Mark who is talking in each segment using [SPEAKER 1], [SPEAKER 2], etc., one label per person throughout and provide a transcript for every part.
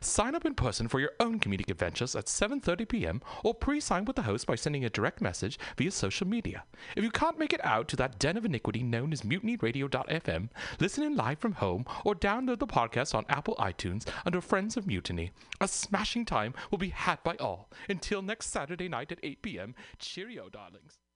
[SPEAKER 1] Sign up in person for your own comedic adventures at 7:30 p.m. or pre-sign with the host by sending a direct message via social media. If you can't make it out to that den of iniquity known as mutinyradio.fm, listen in live from home or download the podcast on Apple iTunes under Friends of Mutiny. A smashing time will be had by all. Until next Saturday night at 8 p.m. Cheerio, darlings.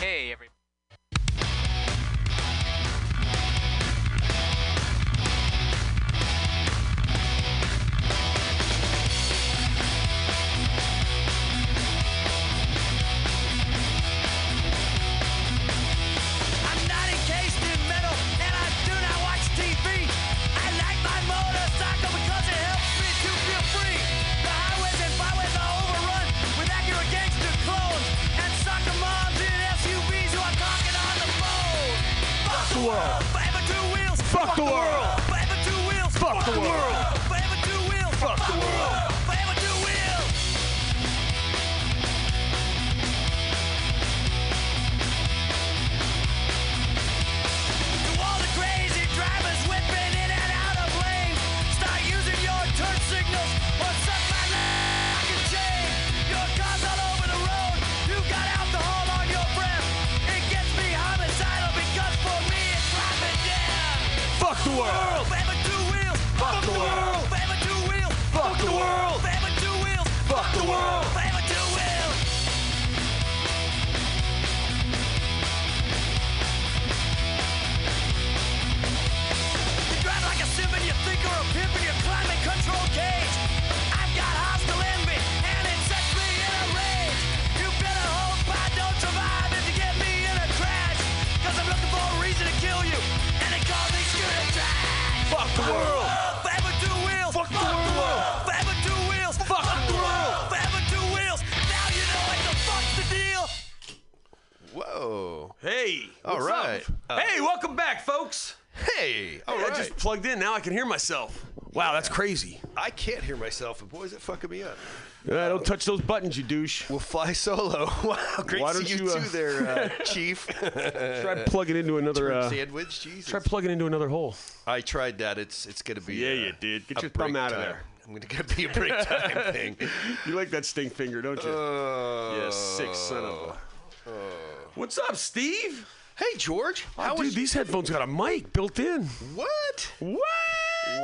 [SPEAKER 2] Hey, everybody.
[SPEAKER 3] I'm not encased in metal and I do not watch TV. I like my motorcycle because it helps me to feel free. The highways and byways are overrun with accurate gangster clones and soccer moms in SUVs who are talking on the phone. Fuck the world. Forever two wheels. Fuck the world. Forever two wheels. Fuck the world. Forever two wheels. Fuck the world. Forever two wheels. To all the crazy drivers whipping in and out of lanes, start using your turn signals or suck my fucking chain. Your car's all over the road. You got alcohol on your breath. It gets me homicidal because for me it's life and death. Fuck the world. Forever two wheels. Fuck the world. Forever two wheels. Fuck the world. Forever two wheels. Fuck the world. Forever two wheels. You drive like a simp and you think you're a pimp in your climate control cage. I've got hostile envy and it sets me in a rage. You better hope I don't survive if you get me in a crash. Cause I'm looking for a reason to kill you and they call me Scooter Trash. Fuck the world. Forever two wheels. Fuck the world. Forever two wheels. Fuck the world. Forever two wheels. Now you know what the fuck's the deal.
[SPEAKER 4] Whoa.
[SPEAKER 5] Hey.
[SPEAKER 4] All
[SPEAKER 5] what's
[SPEAKER 4] right.
[SPEAKER 5] up? hey, welcome back, folks.
[SPEAKER 4] Hey. All
[SPEAKER 5] I
[SPEAKER 4] right.
[SPEAKER 5] just plugged in. Now I can hear myself. Wow, that's crazy.
[SPEAKER 4] I can't hear myself, but boy, is it fucking me up.
[SPEAKER 5] Yeah, don't touch those buttons, you douche.
[SPEAKER 4] We'll fly solo. Wow, great
[SPEAKER 5] Why
[SPEAKER 4] to
[SPEAKER 5] don't
[SPEAKER 4] see you,
[SPEAKER 5] you, uh,
[SPEAKER 4] too, there, uh, Chief.
[SPEAKER 5] Try plugging into another. Uh,
[SPEAKER 4] Sandwich, Jesus.
[SPEAKER 5] try plugging into another hole.
[SPEAKER 4] I tried that. It's it's gonna be.
[SPEAKER 5] Yeah,
[SPEAKER 4] uh,
[SPEAKER 5] you did. Get
[SPEAKER 4] a
[SPEAKER 5] your thumb
[SPEAKER 4] break
[SPEAKER 5] out of
[SPEAKER 4] time.
[SPEAKER 5] there.
[SPEAKER 4] I'm gonna gonna be a break time thing.
[SPEAKER 5] You like that stink finger, don't you?
[SPEAKER 4] Uh,
[SPEAKER 5] yeah, sick son of a. What's up, Steve?
[SPEAKER 4] Hey, George. How
[SPEAKER 5] Oh, dude,
[SPEAKER 4] was
[SPEAKER 5] these headphones got a mic built in.
[SPEAKER 4] what?
[SPEAKER 5] What?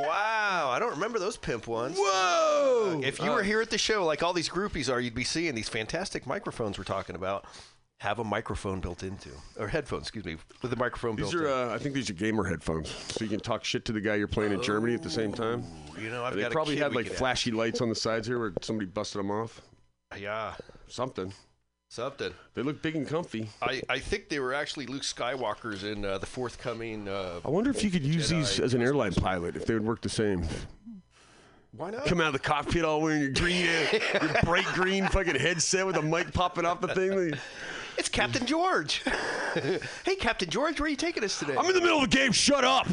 [SPEAKER 4] Wow, I don't remember those pimp ones.
[SPEAKER 5] Whoa!
[SPEAKER 4] If you were here at the show, like all these groupies are, you'd be seeing these fantastic microphones we're talking about. Have a microphone built into, or headphones, excuse me, with a microphone
[SPEAKER 5] These
[SPEAKER 4] built
[SPEAKER 5] are, uh, I think these are gamer headphones, so you can talk shit to the guy you're playing in Germany at the same time.
[SPEAKER 4] in. You know, I've
[SPEAKER 5] They
[SPEAKER 4] got a
[SPEAKER 5] probably
[SPEAKER 4] kid
[SPEAKER 5] had
[SPEAKER 4] we
[SPEAKER 5] like
[SPEAKER 4] could
[SPEAKER 5] flashy lights on the sides here where somebody busted them off.
[SPEAKER 4] have. Yeah,
[SPEAKER 5] Something.
[SPEAKER 4] something.
[SPEAKER 5] They look big and comfy.
[SPEAKER 4] I, I think they were actually Luke Skywalker's in uh, the forthcoming. Uh,
[SPEAKER 5] I wonder if you could use
[SPEAKER 4] Jedi.
[SPEAKER 5] these as an airline pilot if they would work the same.
[SPEAKER 4] Why not?
[SPEAKER 5] Come out of the cockpit all wearing your green, uh, your bright green fucking headset with a mic popping off the thing.
[SPEAKER 4] It's Captain George. hey, Captain George, where are you taking us today?
[SPEAKER 5] I'm in the middle of a game. Shut up.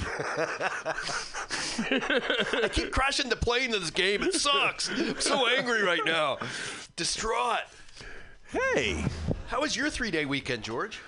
[SPEAKER 4] I keep crashing the plane in this game. It sucks. I'm so angry right now. Distraught.
[SPEAKER 5] Hey,
[SPEAKER 4] How was your three day weekend, George?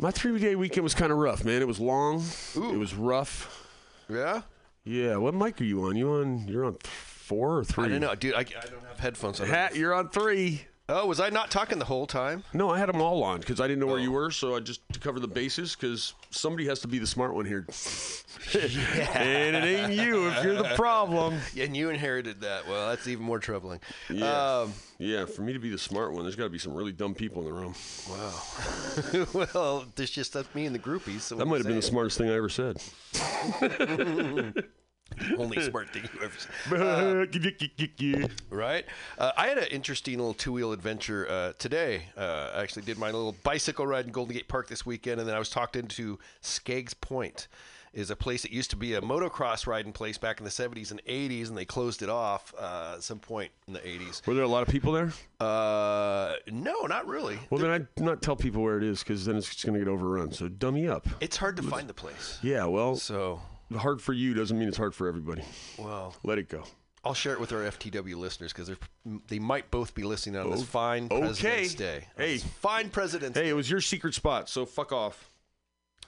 [SPEAKER 5] my three-day weekend was kind of rough, man. It was long. It was rough.
[SPEAKER 4] Yeah.
[SPEAKER 5] Yeah. What mic are you on? You on? You're on th- four or three?
[SPEAKER 4] I don't know, dude. I, I don't have headphones. on.
[SPEAKER 5] Hat, you're on three.
[SPEAKER 4] Oh, was I not talking the whole time?
[SPEAKER 5] No, I had them all on because I didn't know
[SPEAKER 4] Oh.
[SPEAKER 5] where you were, so I just to cover the bases because somebody has to be the smart one here. and it ain't you if you're the problem.
[SPEAKER 4] And you inherited that. Well, that's even more troubling.
[SPEAKER 5] Yeah.
[SPEAKER 4] Um,
[SPEAKER 5] Yeah, for me to be the smart one, there's got to be some really dumb people in the room.
[SPEAKER 4] wow. well, there's just that's me and the groupies. So
[SPEAKER 5] That might have been the smartest thing I ever said.
[SPEAKER 4] only smart thing you ever said.
[SPEAKER 5] What's
[SPEAKER 4] Right. Uh, I had an interesting little two wheel adventure uh, today. Uh, I actually did my little bicycle ride in Golden Gate Park this weekend, and then I was talked into Skaggs Point, is a place that used to be a motocross riding place back in the 70s and 80s, and they closed it off uh, at some point in the 80s.
[SPEAKER 5] Were there a lot of people there?
[SPEAKER 4] Uh, No, not really.
[SPEAKER 5] Well, then I'd not tell people where it is because then it's just going to get overrun. So dummy up.
[SPEAKER 4] It's hard to find the place.
[SPEAKER 5] Yeah, well,
[SPEAKER 4] So,
[SPEAKER 5] hard for you doesn't mean it's hard for everybody.
[SPEAKER 4] well,
[SPEAKER 5] Let it go.
[SPEAKER 4] I'll share it with our FTW listeners because they might both be listening on this
[SPEAKER 5] Oh,
[SPEAKER 4] fine
[SPEAKER 5] okay.
[SPEAKER 4] President's Day. On
[SPEAKER 5] Hey.
[SPEAKER 4] this fine President's
[SPEAKER 5] Hey, it was your secret spot, so fuck off.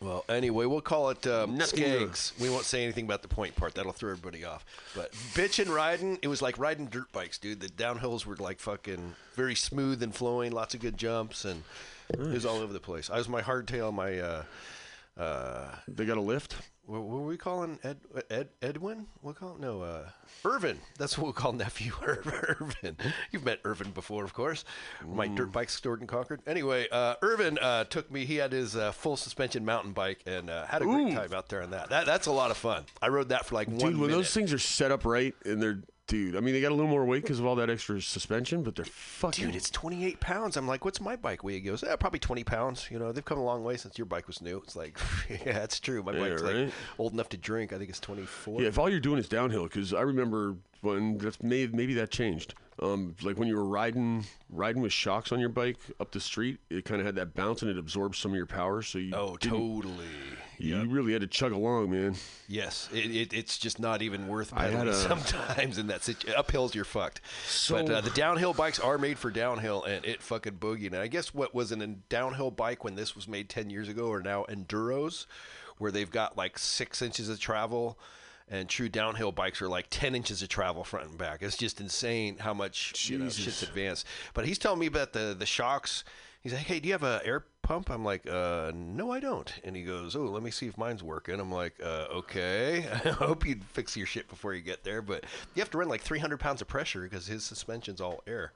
[SPEAKER 4] Well, anyway, we'll call it um,
[SPEAKER 5] Nothing new.
[SPEAKER 4] Skags. We won't say anything about the point part. That'll throw everybody off. But bitchin' riding, it was like riding dirt bikes, dude. The downhills were like fucking very smooth and flowing, lots of good jumps, and it was all over the place. I was my hardtail, my, uh, uh,
[SPEAKER 5] They got a lift.
[SPEAKER 4] what, what were we calling Ed, Ed Edwin? We'll call no uh, Irvin. That's what we'll call nephew Ir- Irvin. You've met Irvin before, of course. My
[SPEAKER 5] Mm.
[SPEAKER 4] dirt bike stored in Concord. Anyway, uh, Irvin uh, took me. He had his uh, full suspension mountain bike and uh, had a great time out there on that. that. That's a lot of fun. I rode that for like
[SPEAKER 5] Dude,
[SPEAKER 4] one
[SPEAKER 5] when
[SPEAKER 4] minute.
[SPEAKER 5] those things are set up right and they're, dude, I mean, they got a little more weight because of all that extra suspension, but they're fucking.
[SPEAKER 4] Dude, it's 28 pounds. I'm like, what's my bike weigh? He goes, eh, probably 20 pounds. You know, they've come a long way since your bike was new. It's like, yeah, that's true. My bike's
[SPEAKER 5] right?
[SPEAKER 4] like old enough to drink. I think it's 24.
[SPEAKER 5] Yeah, if all you're doing is downhill, because I remember when that's may, maybe that changed. Um, like when you were riding riding with shocks on your bike up the street, it kind of had that bounce and it absorbed some of your power. So you
[SPEAKER 4] Oh,
[SPEAKER 5] didn't-
[SPEAKER 4] totally.
[SPEAKER 5] you really had to chug along, man.
[SPEAKER 4] Yes, it, it, it's just not even worth
[SPEAKER 5] I had
[SPEAKER 4] pedaling
[SPEAKER 5] a-
[SPEAKER 4] sometimes in that situation. Uphills, you're fucked.
[SPEAKER 5] So-
[SPEAKER 4] but uh, the downhill bikes are made for downhill, and it fucking boogied. And I guess what was an en- downhill bike when this was made 10 years ago are now enduros, where they've got like six inches of travel, and true downhill bikes are like 10 inches of travel front and back. It's just insane how much you know, shit's advanced. But he's telling me about the, the shocks. He's like, hey, do you have a air pump? I'm like, uh, no, I don't. And he goes, oh, let me see if mine's working. I'm like, uh, okay. I hope you fix your shit before you get there. But you have to run like 300 pounds of pressure because his suspension's all air.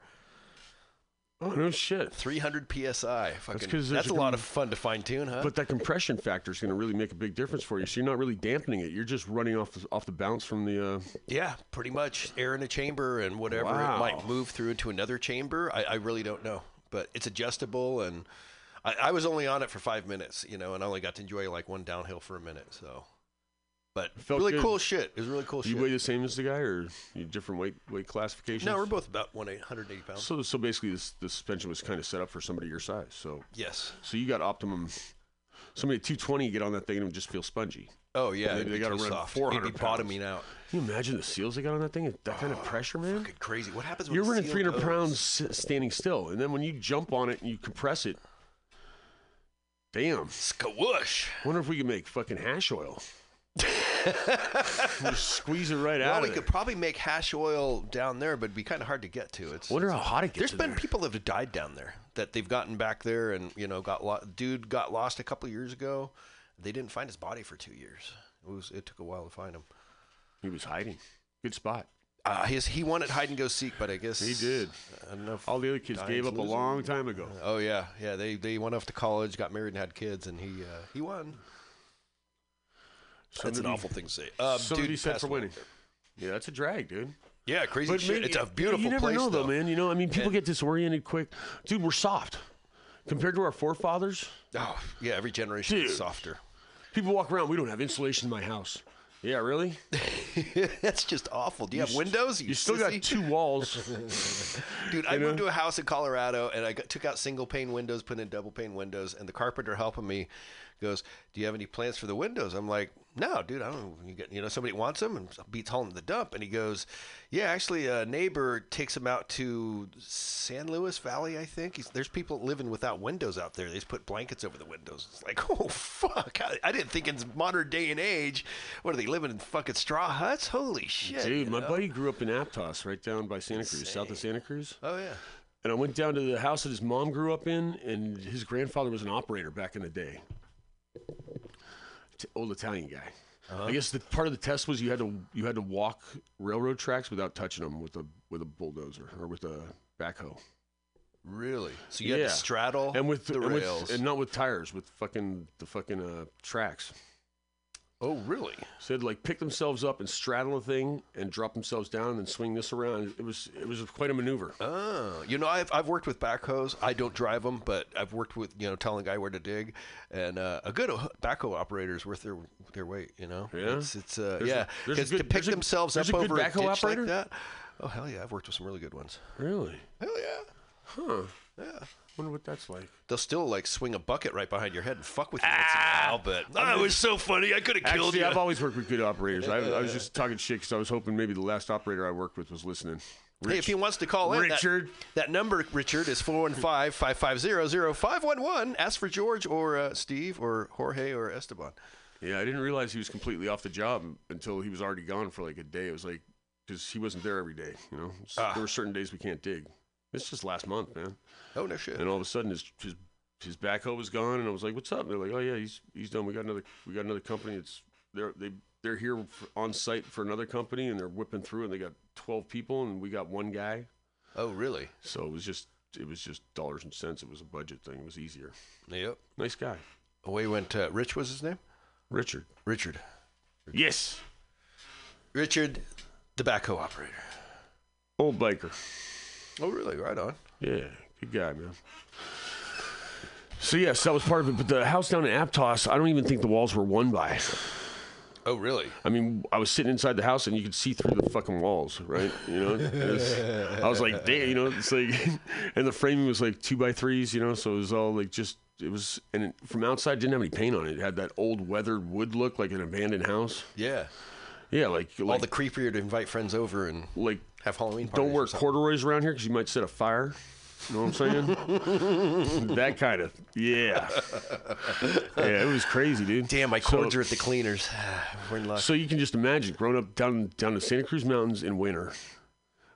[SPEAKER 5] Oh no shit!
[SPEAKER 4] 300 psi. Fucking,
[SPEAKER 5] 'cause
[SPEAKER 4] that's,
[SPEAKER 5] there's a
[SPEAKER 4] a lot
[SPEAKER 5] com-
[SPEAKER 4] of fun to fine tune, huh?
[SPEAKER 5] But that compression factor is going to really make a big difference for you. So you're not really dampening it; you're just running off the, off the bounce from
[SPEAKER 4] Oh,
[SPEAKER 5] the. Uh,
[SPEAKER 4] yeah, pretty much air in a chamber and whatever
[SPEAKER 5] Wow.
[SPEAKER 4] it might move through into another chamber. I, I really don't know, but it's adjustable and. I, I was only on it for five minutes, you know, and I only got to enjoy like one downhill for a minute. So, but
[SPEAKER 5] Felt
[SPEAKER 4] really
[SPEAKER 5] good.
[SPEAKER 4] cool shit. It was really cool
[SPEAKER 5] you
[SPEAKER 4] shit.
[SPEAKER 5] weigh the same as the guy, or you different weight weight classification?
[SPEAKER 4] No, we're both about 180 pounds.
[SPEAKER 5] So so basically, this the suspension was kind of set up for somebody your size. So
[SPEAKER 4] yes.
[SPEAKER 5] So you got optimum. Somebody at 220 get on that thing and just feel spongy.
[SPEAKER 4] Oh
[SPEAKER 5] They-
[SPEAKER 4] yeah. it'd
[SPEAKER 5] they
[SPEAKER 4] be
[SPEAKER 5] gotta
[SPEAKER 4] too
[SPEAKER 5] run
[SPEAKER 4] soft.
[SPEAKER 5] 400
[SPEAKER 4] It'd be
[SPEAKER 5] pounds.
[SPEAKER 4] bottoming out.
[SPEAKER 5] Can you imagine the seals they got on that thing? That kind of pressure, man.
[SPEAKER 4] Oh, Fucking crazy. What happens? when
[SPEAKER 5] You're
[SPEAKER 4] a
[SPEAKER 5] running
[SPEAKER 4] seal
[SPEAKER 5] 300
[SPEAKER 4] goes?
[SPEAKER 5] pounds s- standing still, and then when you jump on it and you compress it, damn.
[SPEAKER 4] Skawoosh.
[SPEAKER 5] Wonder if we could make fucking hash oil. just squeeze it right
[SPEAKER 4] Well,
[SPEAKER 5] out.
[SPEAKER 4] we
[SPEAKER 5] Of
[SPEAKER 4] could
[SPEAKER 5] there.
[SPEAKER 4] probably make hash oil down there, but it'd be kind of hard to get to. It's
[SPEAKER 5] Wonder how hot it gets.
[SPEAKER 4] There's
[SPEAKER 5] in
[SPEAKER 4] been
[SPEAKER 5] there.
[SPEAKER 4] people that have died down there that they've gotten back there and you know got lo- dude got lost a couple years ago. They didn't find his body for two years. It was it took a while to find him.
[SPEAKER 5] He was hiding. Good spot.
[SPEAKER 4] Uh, his he wanted hide and go seek, but I guess
[SPEAKER 5] He did.
[SPEAKER 4] I don't know. If
[SPEAKER 5] All the other kids
[SPEAKER 4] Giants
[SPEAKER 5] gave up a
[SPEAKER 4] lose it.
[SPEAKER 5] long time ago.
[SPEAKER 4] Oh yeah, yeah. They they went off to college, got married, and had kids, and he uh, he won. That's an
[SPEAKER 5] Somebody-
[SPEAKER 4] awful thing to say. Um,
[SPEAKER 5] Somebody
[SPEAKER 4] dude,
[SPEAKER 5] said
[SPEAKER 4] passed
[SPEAKER 5] for
[SPEAKER 4] away.
[SPEAKER 5] winning. Yeah, that's a drag, dude.
[SPEAKER 4] Yeah, crazy shit.
[SPEAKER 5] maybe-
[SPEAKER 4] it's a
[SPEAKER 5] you-
[SPEAKER 4] beautiful
[SPEAKER 5] You never
[SPEAKER 4] place,
[SPEAKER 5] know,
[SPEAKER 4] though,
[SPEAKER 5] though, man. You know, I mean, people
[SPEAKER 4] And-
[SPEAKER 5] get disoriented quick. Dude, we're soft compared to our forefathers.
[SPEAKER 4] Oh, yeah, every generation
[SPEAKER 5] Dude.
[SPEAKER 4] is softer.
[SPEAKER 5] People walk around. We don't have insulation in my house. Yeah, really?
[SPEAKER 4] That's just awful. Do you, have windows? You,
[SPEAKER 5] You still got
[SPEAKER 4] sissy?
[SPEAKER 5] two walls.
[SPEAKER 4] Dude, I moved to a house in Colorado and I got, took out single pane windows, put in double pane windows, and the carpenter helping me goes, "Do you have any plans for the windows?" I'm like, "No, dude, I don't." You, get, you know, somebody wants them and beats hauling the dump, and he goes, "Yeah, actually, a neighbor takes them out to San Luis Valley, I think. He's, there's people living without windows out there. They just put blankets over the windows. It's like, oh fuck! I, I didn't think in modern day and age, what are they living in fucking straw huts? Holy shit,
[SPEAKER 5] Dude,
[SPEAKER 4] you
[SPEAKER 5] my
[SPEAKER 4] know?
[SPEAKER 5] buddy grew up in Aptos, right down by Santa Cruz, south of Santa Cruz.
[SPEAKER 4] Oh yeah.
[SPEAKER 5] And I went down to the house that his mom grew up in, and his grandfather was an operator back in the day. T- old Italian guy.
[SPEAKER 4] Uh-huh.
[SPEAKER 5] I guess the part of the test was you had to you had to walk railroad tracks without touching them with a with a bulldozer or with a backhoe.
[SPEAKER 4] Really? So you had to straddle
[SPEAKER 5] and with
[SPEAKER 4] Oh, the
[SPEAKER 5] and with-
[SPEAKER 4] rails.
[SPEAKER 5] and not with tires, with fucking the fucking uh, tracks.
[SPEAKER 4] oh, really?
[SPEAKER 5] So they'd like pick themselves up and straddle a thing and drop themselves down and then swing this around. It was it was quite a maneuver.
[SPEAKER 4] Oh, you know, I've, I've worked with backhoes. I don't drive them, but I've worked with you know telling a guy where to dig, and uh, a good o- backhoe operator is worth their their weight. You know,
[SPEAKER 5] Yeah?
[SPEAKER 4] it's it's uh,
[SPEAKER 5] There's a-
[SPEAKER 4] yeah,
[SPEAKER 5] there's a
[SPEAKER 4] because
[SPEAKER 5] good-
[SPEAKER 4] to pick
[SPEAKER 5] there's a-
[SPEAKER 4] themselves
[SPEAKER 5] there's
[SPEAKER 4] up
[SPEAKER 5] a good
[SPEAKER 4] over a
[SPEAKER 5] backhoe
[SPEAKER 4] ditch
[SPEAKER 5] operator?
[SPEAKER 4] like that. Oh hell yeah, I've worked with some really good ones.
[SPEAKER 5] Really?
[SPEAKER 4] Hell yeah.
[SPEAKER 5] Huh. Wonder what that's like.
[SPEAKER 4] They'll still like swing a bucket right behind your head and fuck with you. once in
[SPEAKER 5] Ah.
[SPEAKER 4] a while, but that was so funny. I could have killed
[SPEAKER 5] Actually,
[SPEAKER 4] you.
[SPEAKER 5] I've always worked with good operators. I, I was just talking shit because I was hoping maybe the last operator I worked with was listening.
[SPEAKER 4] Hey, if he wants to call in, that-
[SPEAKER 5] Richard.
[SPEAKER 4] that, number, Richard, is 415-550-0511. Ask for George or uh, Steve or Jorge or Esteban.
[SPEAKER 5] Yeah, I didn't realize he was completely off the job until he was already gone for like a day. It was like because he wasn't there every day. You know, It's-
[SPEAKER 4] Ah.
[SPEAKER 5] there were certain days we can't dig. It's just last month, man.
[SPEAKER 4] Oh, no shit.
[SPEAKER 5] And all of a sudden, his his his backhoe was gone, and I was like, "What's up?" And they're like, "Oh yeah, he's he's done. We got another we got another company. It's they're they they're here for, on site for another company, and they're whipping through, and they got twelve people, and we got one guy.
[SPEAKER 4] Oh, really?
[SPEAKER 5] So it was just it was just dollars and cents. It was a budget thing. It was easier.
[SPEAKER 4] Yep.
[SPEAKER 5] Nice guy,
[SPEAKER 4] Away went uh, Rich was his name?
[SPEAKER 5] Richard.
[SPEAKER 4] Richard.
[SPEAKER 5] Yes,
[SPEAKER 4] Richard, the backhoe operator.
[SPEAKER 5] old biker.
[SPEAKER 4] Oh, really? Right on.
[SPEAKER 5] Yeah, good guy, man. So yes, that was part of it. But the house down in Aptos, I don't even think the walls were won by.
[SPEAKER 4] Oh, really?
[SPEAKER 5] I mean, I was sitting inside the house and you could see through the fucking walls, right? You know, And it's- I was like, damn, you know, it's like, and the framing was like two by threes, you know, so it was all like just, it was, and it, from outside it didn't have any paint on it. It had that old weathered wood look, like an abandoned house.
[SPEAKER 4] Yeah.
[SPEAKER 5] Yeah, like, like,
[SPEAKER 4] All the creepier to invite friends over and
[SPEAKER 5] like
[SPEAKER 4] have Halloween parties.
[SPEAKER 5] don't
[SPEAKER 4] or
[SPEAKER 5] wear
[SPEAKER 4] something.
[SPEAKER 5] corduroys around here because you might set a fire. You know what I'm saying? that kind of, yeah, yeah. It was crazy, dude.
[SPEAKER 4] Damn, my
[SPEAKER 5] So-
[SPEAKER 4] cords are at the cleaners. We're in luck.
[SPEAKER 5] So you can just imagine growing up down down in Santa Cruz Mountains in winter.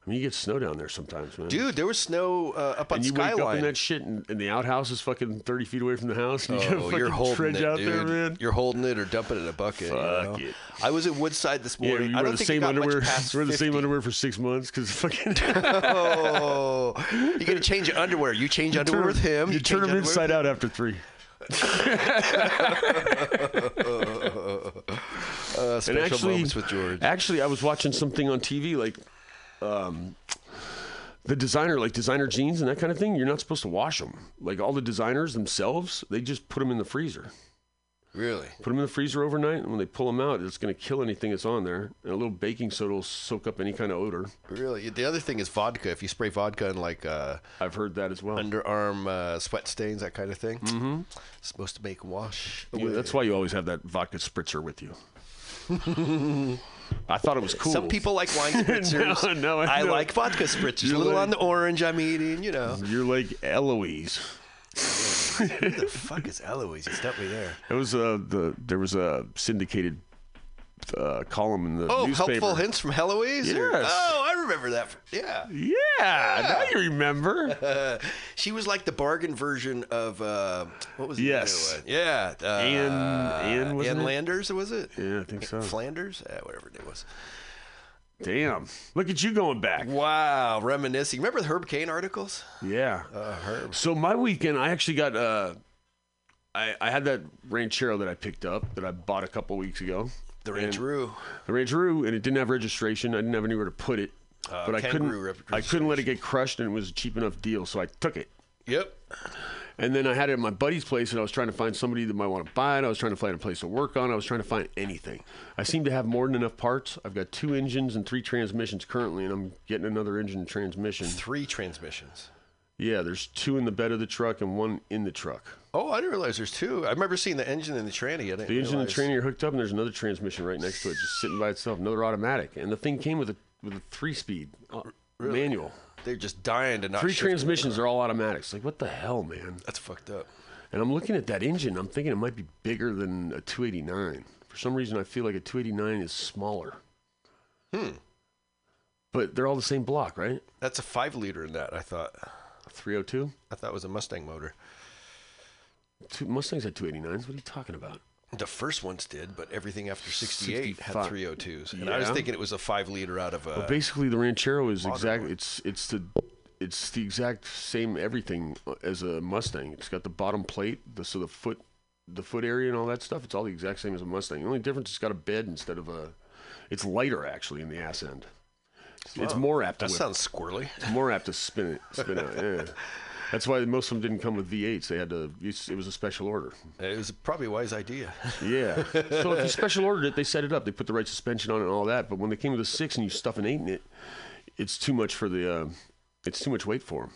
[SPEAKER 5] I mean, you get snow down there sometimes, man.
[SPEAKER 4] Dude, there was snow uh, up on
[SPEAKER 5] and you
[SPEAKER 4] Skyline.
[SPEAKER 5] wake up in that shit, and, and the outhouse is fucking thirty feet away from the house, and you gotta
[SPEAKER 4] Oh, you're
[SPEAKER 5] fucking
[SPEAKER 4] holding
[SPEAKER 5] trench
[SPEAKER 4] it,
[SPEAKER 5] out
[SPEAKER 4] dude.
[SPEAKER 5] there, man.
[SPEAKER 4] You're holding it or dumping it in a bucket. you
[SPEAKER 5] Fuck
[SPEAKER 4] know?
[SPEAKER 5] it.
[SPEAKER 4] I was at Woodside this
[SPEAKER 5] Yeah,
[SPEAKER 4] morning.
[SPEAKER 5] you
[SPEAKER 4] I
[SPEAKER 5] wear
[SPEAKER 4] don't
[SPEAKER 5] the
[SPEAKER 4] think
[SPEAKER 5] same
[SPEAKER 4] it got
[SPEAKER 5] underwear.
[SPEAKER 4] Much past
[SPEAKER 5] Wear the same
[SPEAKER 4] 50.
[SPEAKER 5] underwear for six months because fucking.
[SPEAKER 4] Oh, you gotta change your underwear. You change underwear
[SPEAKER 5] turn-
[SPEAKER 4] with him.
[SPEAKER 5] You,
[SPEAKER 4] change
[SPEAKER 5] turn him
[SPEAKER 4] underwear with-
[SPEAKER 5] inside out after three.
[SPEAKER 4] Uh, special moments with George.
[SPEAKER 5] Actually, I was watching something on TV like um, the designer, like designer jeans and that kind of thing. You're not supposed to wash them. Like all the designers themselves, they just put them in the freezer.
[SPEAKER 4] Really?
[SPEAKER 5] Put them in the freezer overnight, and when they pull them out, it's going to kill anything that's on there. And a little baking soda will soak up any kind of odor.
[SPEAKER 4] Really? The other thing is vodka. If you spray vodka in like uh,
[SPEAKER 5] I've heard that as well.
[SPEAKER 4] underarm uh, sweat stains, that kind of thing, mm-hmm. supposed to make wash.
[SPEAKER 5] Yeah,
[SPEAKER 4] away.
[SPEAKER 5] that's why you always have that vodka spritzer with you. I thought it was cool.
[SPEAKER 4] Some people like wine spritzers.
[SPEAKER 5] No, no, I
[SPEAKER 4] I,
[SPEAKER 5] know.
[SPEAKER 4] like vodka spritzers.
[SPEAKER 5] You're
[SPEAKER 4] a little
[SPEAKER 5] like-
[SPEAKER 4] on the orange I'm eating, you know.
[SPEAKER 5] You're like Eloise.
[SPEAKER 4] the fuck is Eloise? You stumped me there.
[SPEAKER 5] It was uh, the there was a syndicated uh, column in the
[SPEAKER 4] Oh,
[SPEAKER 5] newspaper.
[SPEAKER 4] helpful hints from Heloise? Or-
[SPEAKER 5] Yes.
[SPEAKER 4] oh, I remember that. Yeah.
[SPEAKER 5] Yeah, now you remember.
[SPEAKER 4] She was like the bargain version of, uh, what was the
[SPEAKER 5] Yes.
[SPEAKER 4] other one? Yeah. Uh,
[SPEAKER 5] Ann- Ann, wasn't
[SPEAKER 4] Ann
[SPEAKER 5] it?
[SPEAKER 4] Landers, was it?
[SPEAKER 5] yeah, I think so.
[SPEAKER 4] Flanders? Uh, whatever it was.
[SPEAKER 5] Damn, look at you going back.
[SPEAKER 4] Wow, reminiscing. Remember the Herb Kane articles?
[SPEAKER 5] Yeah.
[SPEAKER 4] Uh,
[SPEAKER 5] So my weekend, I actually got. Uh, I I had that ranchero that I picked up that I bought a couple weeks ago.
[SPEAKER 4] The
[SPEAKER 5] And-
[SPEAKER 4] Rancheroo.
[SPEAKER 5] the Rancheroo, and it didn't have registration. I didn't have anywhere to put it, but I
[SPEAKER 4] Uh, kangaroo
[SPEAKER 5] couldn't.
[SPEAKER 4] rep-
[SPEAKER 5] I couldn't let it get crushed, and it was a cheap enough deal, so I took it.
[SPEAKER 4] Yep.
[SPEAKER 5] And then I had it at my buddy's place, and I was trying to find somebody that might want to buy it. I was trying to find a place to work on. I was trying to find anything. I seem to have more than enough parts. I've got two engines and three transmissions currently, and I'm getting another engine and transmission.
[SPEAKER 4] Three transmissions.
[SPEAKER 5] Yeah, there's two in the bed of the truck and one in the truck.
[SPEAKER 4] Oh, I didn't realize there's two. I remember seeing the engine and the tranny. I didn't
[SPEAKER 5] The engine and
[SPEAKER 4] realize-
[SPEAKER 5] tranny are hooked up, and there's another transmission right next to it, just sitting by itself. Another automatic, and the thing came with a with a three speed manual.
[SPEAKER 4] They're just dying to not
[SPEAKER 5] Three
[SPEAKER 4] shift.
[SPEAKER 5] transmissions are all automatics. Like what the hell, man?
[SPEAKER 4] That's fucked up.
[SPEAKER 5] And I'm looking at that engine. I'm thinking it might be bigger than a 289. For some reason, I feel like a 289 is smaller.
[SPEAKER 4] Hmm.
[SPEAKER 5] But they're all the same block, right? oh
[SPEAKER 4] That's a five liter in that, I thought.
[SPEAKER 5] A 302.
[SPEAKER 4] I thought it was a Mustang motor.
[SPEAKER 5] Two, Mustangs had 289s. What are you talking about?
[SPEAKER 4] The first ones did, but everything after 68
[SPEAKER 5] 65.
[SPEAKER 4] had 302s. And I was
[SPEAKER 5] Yeah.
[SPEAKER 4] thinking it was a 5 liter out of a.
[SPEAKER 5] But basically, the Ranchero is
[SPEAKER 4] modern
[SPEAKER 5] exact.
[SPEAKER 4] one.
[SPEAKER 5] It's it's the it's the exact same everything uh, as a Mustang. It's got the bottom plate, the, so the foot the foot area and all that stuff. It's all the exact same as a Mustang. The only difference, it's got a bed instead of a. It's lighter actually in the ass end. It's- It's more apt. to
[SPEAKER 4] that
[SPEAKER 5] whip.
[SPEAKER 4] sounds squirrely.
[SPEAKER 5] more apt to spin it, spin out. Yeah, that's why most of them didn't come with V8s. They had to. It was a special order.
[SPEAKER 4] It was probably a wise idea.
[SPEAKER 5] Yeah. so if you special ordered it, they set it up. They put the right suspension on it and all that. But when they came with a six and you stuff an eight in it, it's too much for the. Uh, it's too much weight for them.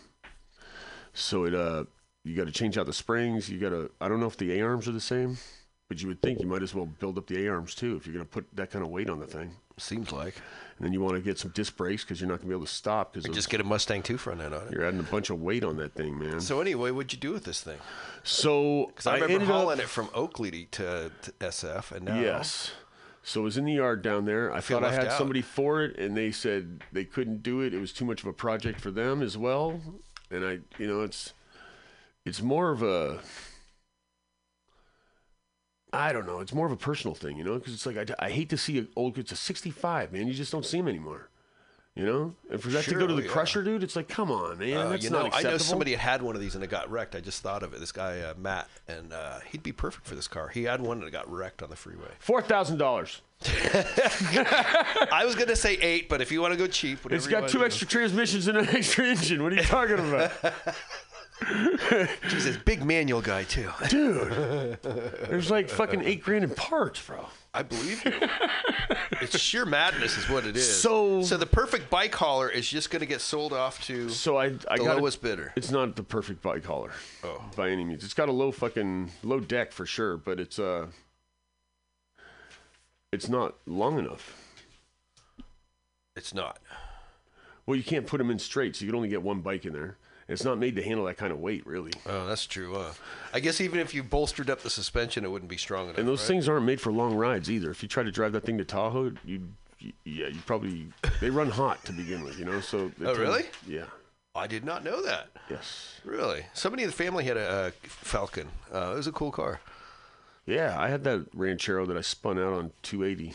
[SPEAKER 5] So it uh, you got to change out the springs. You got to. I don't know if the A arms are the same, but you would think you might as well build up the A arms too if you're gonna put that kind of weight on the thing.
[SPEAKER 4] Seems like.
[SPEAKER 5] And then you want to get some disc brakes because you're not gonna be able to stop because
[SPEAKER 4] You just get a Mustang 2 front end on it.
[SPEAKER 5] you're adding a bunch of weight on that thing, man. So,
[SPEAKER 4] So anyway, what'd you do with this thing? Because I remember
[SPEAKER 5] ended up-
[SPEAKER 4] hauling it from Oakley to, to, to SF, and now
[SPEAKER 5] Yes. So it was in the yard down there. I
[SPEAKER 4] feel
[SPEAKER 5] thought I
[SPEAKER 4] left
[SPEAKER 5] had
[SPEAKER 4] out.
[SPEAKER 5] somebody for it, and they said they couldn't do it. It was too much of a project for them as well. And I, you know, it's it's more of a I don't know. It's more of a personal thing, you know, because it's like I, I hate to see an old. It's a '65 man. You just don't see them anymore. You know, and for that to go to
[SPEAKER 4] Sure,
[SPEAKER 5] the
[SPEAKER 4] yeah.
[SPEAKER 5] crusher, dude, it's like, come on, man,
[SPEAKER 4] Uh,
[SPEAKER 5] that's
[SPEAKER 4] you know,
[SPEAKER 5] not acceptable.
[SPEAKER 4] I know somebody that had one of these and it got wrecked. I just thought of it. This guy uh, Matt, and uh, he'd be perfect for this car. He had one that got wrecked on the freeway.
[SPEAKER 5] four thousand dollars.
[SPEAKER 4] I was gonna say eight, but if you want to go cheap, whatever
[SPEAKER 5] It's
[SPEAKER 4] you
[SPEAKER 5] got
[SPEAKER 4] wanna
[SPEAKER 5] two
[SPEAKER 4] do.
[SPEAKER 5] extra transmissions and an extra engine. What are you talking about?
[SPEAKER 4] He's this big manual guy too.
[SPEAKER 5] dude. There's like fucking eight grand in parts, bro.
[SPEAKER 4] I believe you. it's sheer madness, is what it is.
[SPEAKER 5] So-
[SPEAKER 4] so the perfect bike hauler is just gonna get sold off to.
[SPEAKER 5] So I, I
[SPEAKER 4] The
[SPEAKER 5] got
[SPEAKER 4] lowest bidder.
[SPEAKER 5] It's not the perfect bike hauler, oh. by any means. It's got a low fucking low deck for sure, but it's uh, it's not long enough.
[SPEAKER 4] it's not.
[SPEAKER 5] Well, you can't put them in straight, so you can only get one bike in there. And it's not made to handle that kind of weight, really.
[SPEAKER 4] Oh, that's true. Huh? I guess even if you bolstered up the suspension, it wouldn't be strong enough.
[SPEAKER 5] And those
[SPEAKER 4] right?
[SPEAKER 5] things aren't made for long rides either. If you try to drive that thing to Tahoe, you, you yeah, you probably they run hot to begin with, you know. So they
[SPEAKER 4] Oh,
[SPEAKER 5] tend-
[SPEAKER 4] really?
[SPEAKER 5] Yeah.
[SPEAKER 4] I did not know that.
[SPEAKER 5] Yes.
[SPEAKER 4] Really? Somebody in the family had a uh, Falcon. Uh, it was a cool car.
[SPEAKER 5] Yeah, I had that Ranchero that I spun out on 280.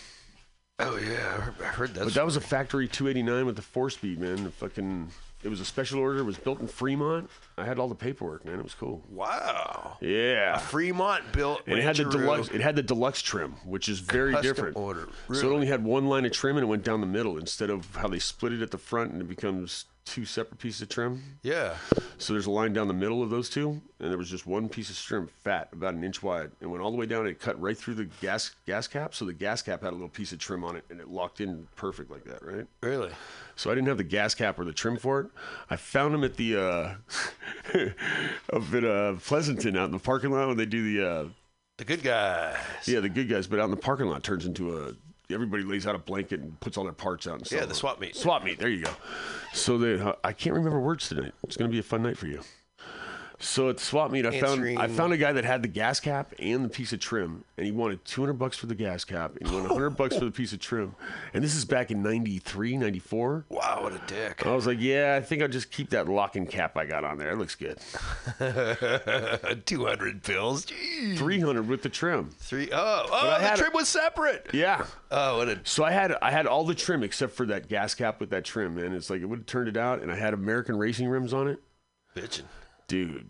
[SPEAKER 4] Oh yeah, I heard- I heard that.
[SPEAKER 5] But that was a factory 289 with the four speed, man. The fucking, it was a special order. It was built in Fremont. I had all the paperwork, man. It was cool.
[SPEAKER 4] wow.
[SPEAKER 5] Yeah.
[SPEAKER 4] Fremont built.
[SPEAKER 5] And it had the
[SPEAKER 4] Rancheroo.
[SPEAKER 5] deluxe. It had the deluxe trim, which is very
[SPEAKER 4] Custom
[SPEAKER 5] different.
[SPEAKER 4] order.
[SPEAKER 5] So
[SPEAKER 4] Really?
[SPEAKER 5] it only had one line of trim, and it went down the middle instead of how they split it at the front, and it becomes two separate pieces of trim.
[SPEAKER 4] Yeah.
[SPEAKER 5] So there's a line down the middle of those two, and there was just one piece of trim, fat, about an inch wide, and went all the way down. And it cut right through the gas gas cap, so the gas cap had a little piece of trim on it, and it locked in perfect like that, right?
[SPEAKER 4] Really?
[SPEAKER 5] So I didn't have the gas cap or the trim for it. I found them at the uh, up at uh, Pleasanton out in the parking lot when they do the uh,
[SPEAKER 4] The good guy.
[SPEAKER 5] yeah the good guys, but out in the parking lot turns into a everybody lays out a blanket and puts all their parts out and stuff.
[SPEAKER 4] Yeah, the swap meet.
[SPEAKER 5] Swap meet. There you go. So they, uh, I can't remember words tonight. It's gonna be a fun night for you. So at the swap meet, I found I
[SPEAKER 4] Answering-
[SPEAKER 5] found a guy that had the gas cap and the piece of trim, and he wanted 200 bucks for the gas cap and he wanted 100 bucks for the piece of trim, and this is back in '93, '94.
[SPEAKER 4] Wow, what a dick.
[SPEAKER 5] I was like, yeah, I think I'll just keep that locking cap I got on there. It looks good.
[SPEAKER 4] 200 pills. Jeez.
[SPEAKER 5] 300 with the trim.
[SPEAKER 4] Three. Oh, oh,
[SPEAKER 5] I
[SPEAKER 4] the
[SPEAKER 5] had
[SPEAKER 4] trim was separate.
[SPEAKER 5] Yeah.
[SPEAKER 4] Oh, what a.
[SPEAKER 5] So I had I had all the trim except for that gas cap with that trim, man. It's like it would have turned it out, and I had American racing rims on it,
[SPEAKER 4] Bitchin'.
[SPEAKER 5] dude.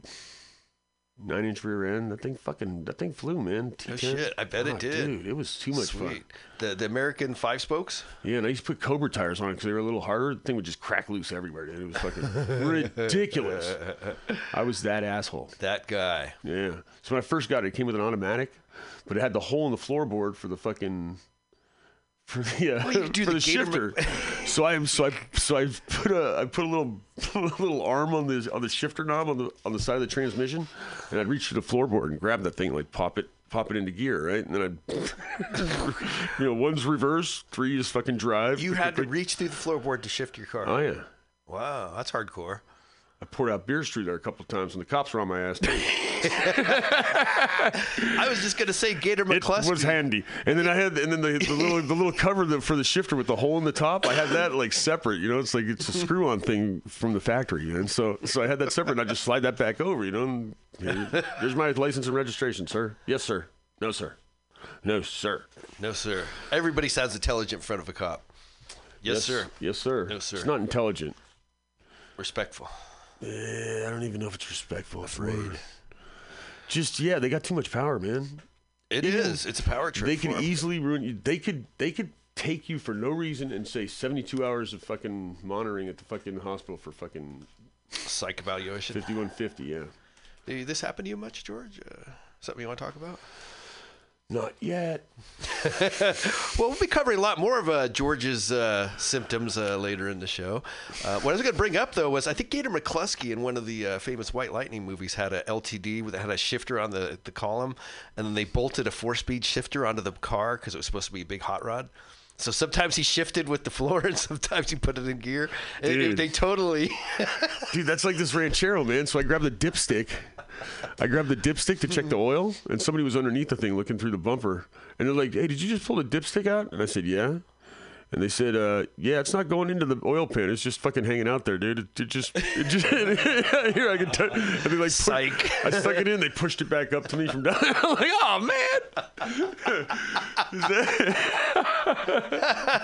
[SPEAKER 5] Nine inch rear end. That thing fucking that thing flew, man. T10.
[SPEAKER 4] shit, I bet it
[SPEAKER 5] Fuck,
[SPEAKER 4] did.
[SPEAKER 5] Dude, it was too much fun.
[SPEAKER 4] Sweet. The the American five spokes.
[SPEAKER 5] Yeah, and I used to put Cobra tires on it because they were a little harder. The thing would just crack loose everywhere. Dude. It was fucking ridiculous. I was that asshole.
[SPEAKER 4] That guy.
[SPEAKER 5] Yeah. So when I first got it, it came with an automatic, but it had the hole in the floorboard for the fucking for the uh,
[SPEAKER 4] you do
[SPEAKER 5] for the,
[SPEAKER 4] the gator
[SPEAKER 5] shifter. so I so I so I put a I put a little a little arm on the on the shifter knob on the on the side of the transmission, and I'd reach to the floorboard and grab that thing like pop it. Pop it into gear, right? And then I'd, you know, one's reverse, three is fucking drive.
[SPEAKER 4] You had to reach through the floorboard to shift your car.
[SPEAKER 5] oh, yeah.
[SPEAKER 4] Wow, that's hardcore.
[SPEAKER 5] I poured out beers through there a couple times, and the cops were on my ass. too.
[SPEAKER 4] I was just gonna say Gator
[SPEAKER 5] It
[SPEAKER 4] McCluskey.
[SPEAKER 5] was handy. And then I had, and then the, the little the little cover that, for the shifter with the hole in the top. I had that like separate. You know, it's like it's a screw on thing from the factory. And so so I had that separate. and I just slide that back over. You know, and here- there's my license and registration, sir. Yes, sir. No, sir. No, sir.
[SPEAKER 4] No, sir. Everybody sounds intelligent in front of a cop. Yes, sir.
[SPEAKER 5] Yes, sir.
[SPEAKER 4] No, sir.
[SPEAKER 5] It's not intelligent.
[SPEAKER 4] Respectful.
[SPEAKER 5] Eh, I don't even know if it's respectful. Afraid. Just yeah, they got too much power, man.
[SPEAKER 4] It is. It's a power trip.
[SPEAKER 5] they
[SPEAKER 4] for
[SPEAKER 5] can
[SPEAKER 4] 'em.
[SPEAKER 5] easily ruin you. They could they could take you for no reason and say 72 hours of fucking monitoring at the fucking hospital for fucking
[SPEAKER 4] psych evaluation.
[SPEAKER 5] 5150. Yeah.
[SPEAKER 4] Did this happen to you much, George? Uh, something you want to talk about?
[SPEAKER 5] Not yet.
[SPEAKER 4] Well, we'll be covering a lot more of uh, George's uh, symptoms uh, later in the show. Uh, what I was going to bring up, though, was I think Gator McCluskey in one of the uh, famous White Lightning movies had a LTD with had a shifter on the, the column, and then they bolted a four speed shifter onto the car because it was supposed to be a big hot rod. So sometimes he shifted with the floor, and sometimes he put it in gear. It- it-
[SPEAKER 5] Dude.
[SPEAKER 4] they totally.
[SPEAKER 5] Dude, that's like this ranchero, man. So I grabbed the dipstick. I grabbed the dipstick to check the oil, and somebody was underneath the thing looking through the bumper. And they're like, hey, did you just pull the dipstick out? And I said, yeah. And they said, uh, yeah, it's not going into the oil pan. It's just fucking hanging out there, dude. It, it just, it just here I can tell. And they like, put-
[SPEAKER 4] Psych.
[SPEAKER 5] I stuck it in. They pushed it back up to me from down there. I'm like, oh, man.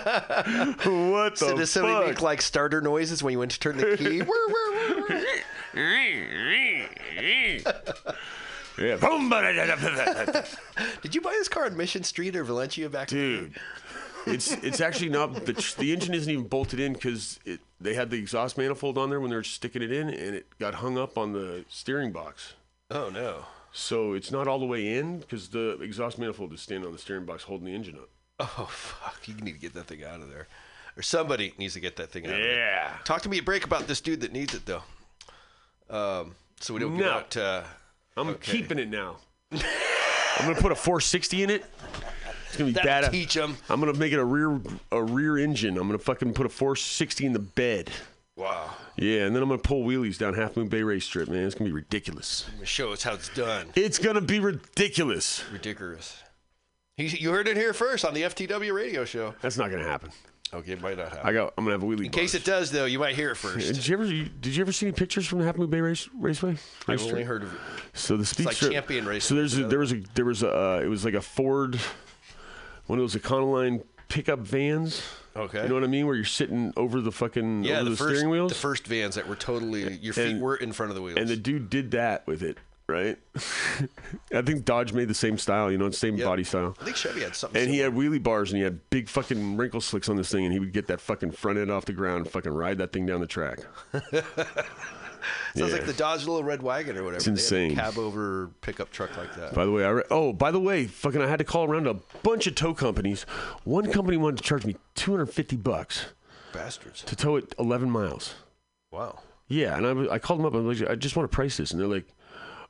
[SPEAKER 5] what the
[SPEAKER 4] So there's so
[SPEAKER 5] fuck?
[SPEAKER 4] they make like starter noises when you went to turn the key.
[SPEAKER 5] yeah. Boom.
[SPEAKER 4] Did you buy this car on Mission Street or Valencia back?
[SPEAKER 5] dude. It's it's actually not the the engine isn't even bolted in because they had the exhaust manifold on there when they were sticking it in, and it got hung up on the steering box.
[SPEAKER 4] Oh no.
[SPEAKER 5] So it's not all the way in because the exhaust manifold is standing on the steering box holding the engine up.
[SPEAKER 4] Oh fuck! You need to get that thing out of there, or somebody needs to get that thing out. of there.
[SPEAKER 5] Yeah.
[SPEAKER 4] Talk to me at break about this dude that needs it though. Um, so we don't get
[SPEAKER 5] No.
[SPEAKER 4] out. Uh,
[SPEAKER 5] I'm
[SPEAKER 4] Okay.
[SPEAKER 5] keeping it now. I'm gonna put a 460 in it. It's gonna be
[SPEAKER 4] That'll
[SPEAKER 5] bad.
[SPEAKER 4] teach 'em.
[SPEAKER 5] I'm gonna make it a rear a rear engine. I'm gonna fucking put a 460 in the bed.
[SPEAKER 4] wow!
[SPEAKER 5] Yeah, and then I'm gonna pull wheelies down Half Moon Bay Race Strip, man. It's gonna be ridiculous.
[SPEAKER 4] Show us how it's done.
[SPEAKER 5] It's gonna be ridiculous.
[SPEAKER 4] Ridiculous. He, you heard it here first on the FTW radio show.
[SPEAKER 5] That's not gonna happen.
[SPEAKER 4] Okay, it might not happen.
[SPEAKER 5] I got. I'm gonna have a wheelie.
[SPEAKER 4] In case it does, though, you might hear it first.
[SPEAKER 5] Did you ever? Did you ever see any pictures from the Half Moon Bay Race Raceway?
[SPEAKER 4] I've
[SPEAKER 5] Race
[SPEAKER 4] only
[SPEAKER 5] Strip?
[SPEAKER 4] heard of it.
[SPEAKER 5] So the speed
[SPEAKER 4] like
[SPEAKER 5] strip-
[SPEAKER 4] champion
[SPEAKER 5] So
[SPEAKER 4] racing.
[SPEAKER 5] there's a, there was a there was a uh, it was like a Ford, one of those Econoline pickup vans.
[SPEAKER 4] Okay.
[SPEAKER 5] You know what I mean? Where you're sitting over the fucking
[SPEAKER 4] Yeah,
[SPEAKER 5] over
[SPEAKER 4] the,
[SPEAKER 5] the,
[SPEAKER 4] first
[SPEAKER 5] steering wheels.
[SPEAKER 4] the first vans that were totally your feet
[SPEAKER 5] And-
[SPEAKER 4] were in front of the wheels.
[SPEAKER 5] and the dude did that with it, right? I think Dodge made the same style, you know, same
[SPEAKER 4] Yep.
[SPEAKER 5] body style.
[SPEAKER 4] I think Chevy had something.
[SPEAKER 5] And he had wheelie bars and he had big fucking wrinkle slicks on this thing, and he would get that fucking front end off the ground and fucking ride that thing down the track.
[SPEAKER 4] Sounds
[SPEAKER 5] yeah.
[SPEAKER 4] like the Dodge Little Red Wagon or whatever. They had a
[SPEAKER 5] insane.
[SPEAKER 4] cab over pickup truck like that.
[SPEAKER 5] By the way, I re- oh, by the way, fucking, I had to call around a bunch of tow companies. One company wanted to charge me 250 bucks
[SPEAKER 4] Bastards.
[SPEAKER 5] to tow it 11 miles.
[SPEAKER 4] Wow.
[SPEAKER 5] Yeah, and I, was- I called them up. I'm like, I just want to price this, and they're like,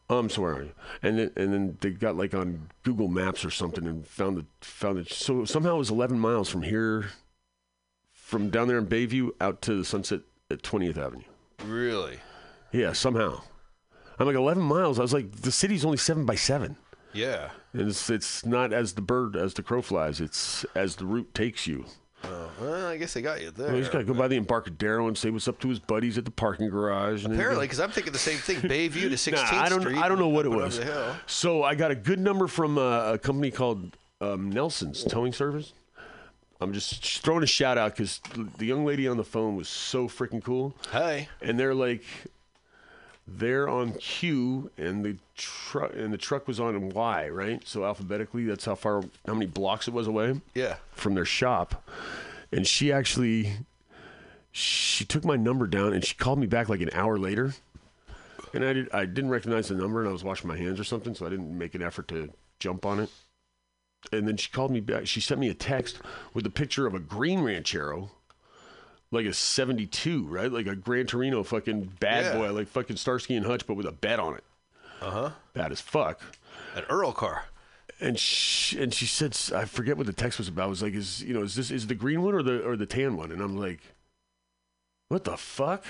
[SPEAKER 5] um, so where are you? And then and then they got like on Google Maps or something and found the found it. So somehow it was 11 miles from here, from down there in Bayview out to the Sunset at 20th Avenue.
[SPEAKER 4] Really?
[SPEAKER 5] Yeah, somehow. I'm like 11 miles. I was like, the city's only seven by seven.
[SPEAKER 4] Yeah.
[SPEAKER 5] And it's it's not as the bird as the crow flies. It's as the route takes you.
[SPEAKER 4] Oh, well, I guess they got you there.
[SPEAKER 5] You know, he's got to go by the Embarcadero and say what's up to his buddies at the parking garage. And
[SPEAKER 4] Apparently, because I'm thinking the same thing. Bayview to 16th
[SPEAKER 5] Nah, I don't
[SPEAKER 4] Street.
[SPEAKER 5] I don't know what it
[SPEAKER 4] up and
[SPEAKER 5] was.
[SPEAKER 4] Over the hill.
[SPEAKER 5] So I got a good number from uh, a company called um, Nelson's Towing Service. I'm just sh- throwing a shout out because the young lady on the phone was so freaking cool,
[SPEAKER 4] Hi.
[SPEAKER 5] and they're like, they're on Q, and the truck and the truck was on Y, right? So alphabetically, that's how far, how many blocks it was away
[SPEAKER 4] Yeah.
[SPEAKER 5] from their shop and she actually she took my number down and she called me back like an hour later and I, did, I didn't recognize the number and i was washing my hands or something so i didn't make an effort to jump on it and then she called me back she sent me a text with a picture of a green ranchero like a 72 right like a gran torino fucking bad
[SPEAKER 4] Yeah.
[SPEAKER 5] boy like fucking starsky and hutch but with a bed on it
[SPEAKER 4] Uh huh.
[SPEAKER 5] bad as fuck
[SPEAKER 4] An Earl car.
[SPEAKER 5] and she, and she said s- I forget what the text was about. I was like, is you know, is this is the green one or the or the tan one? And I'm like, what the fuck?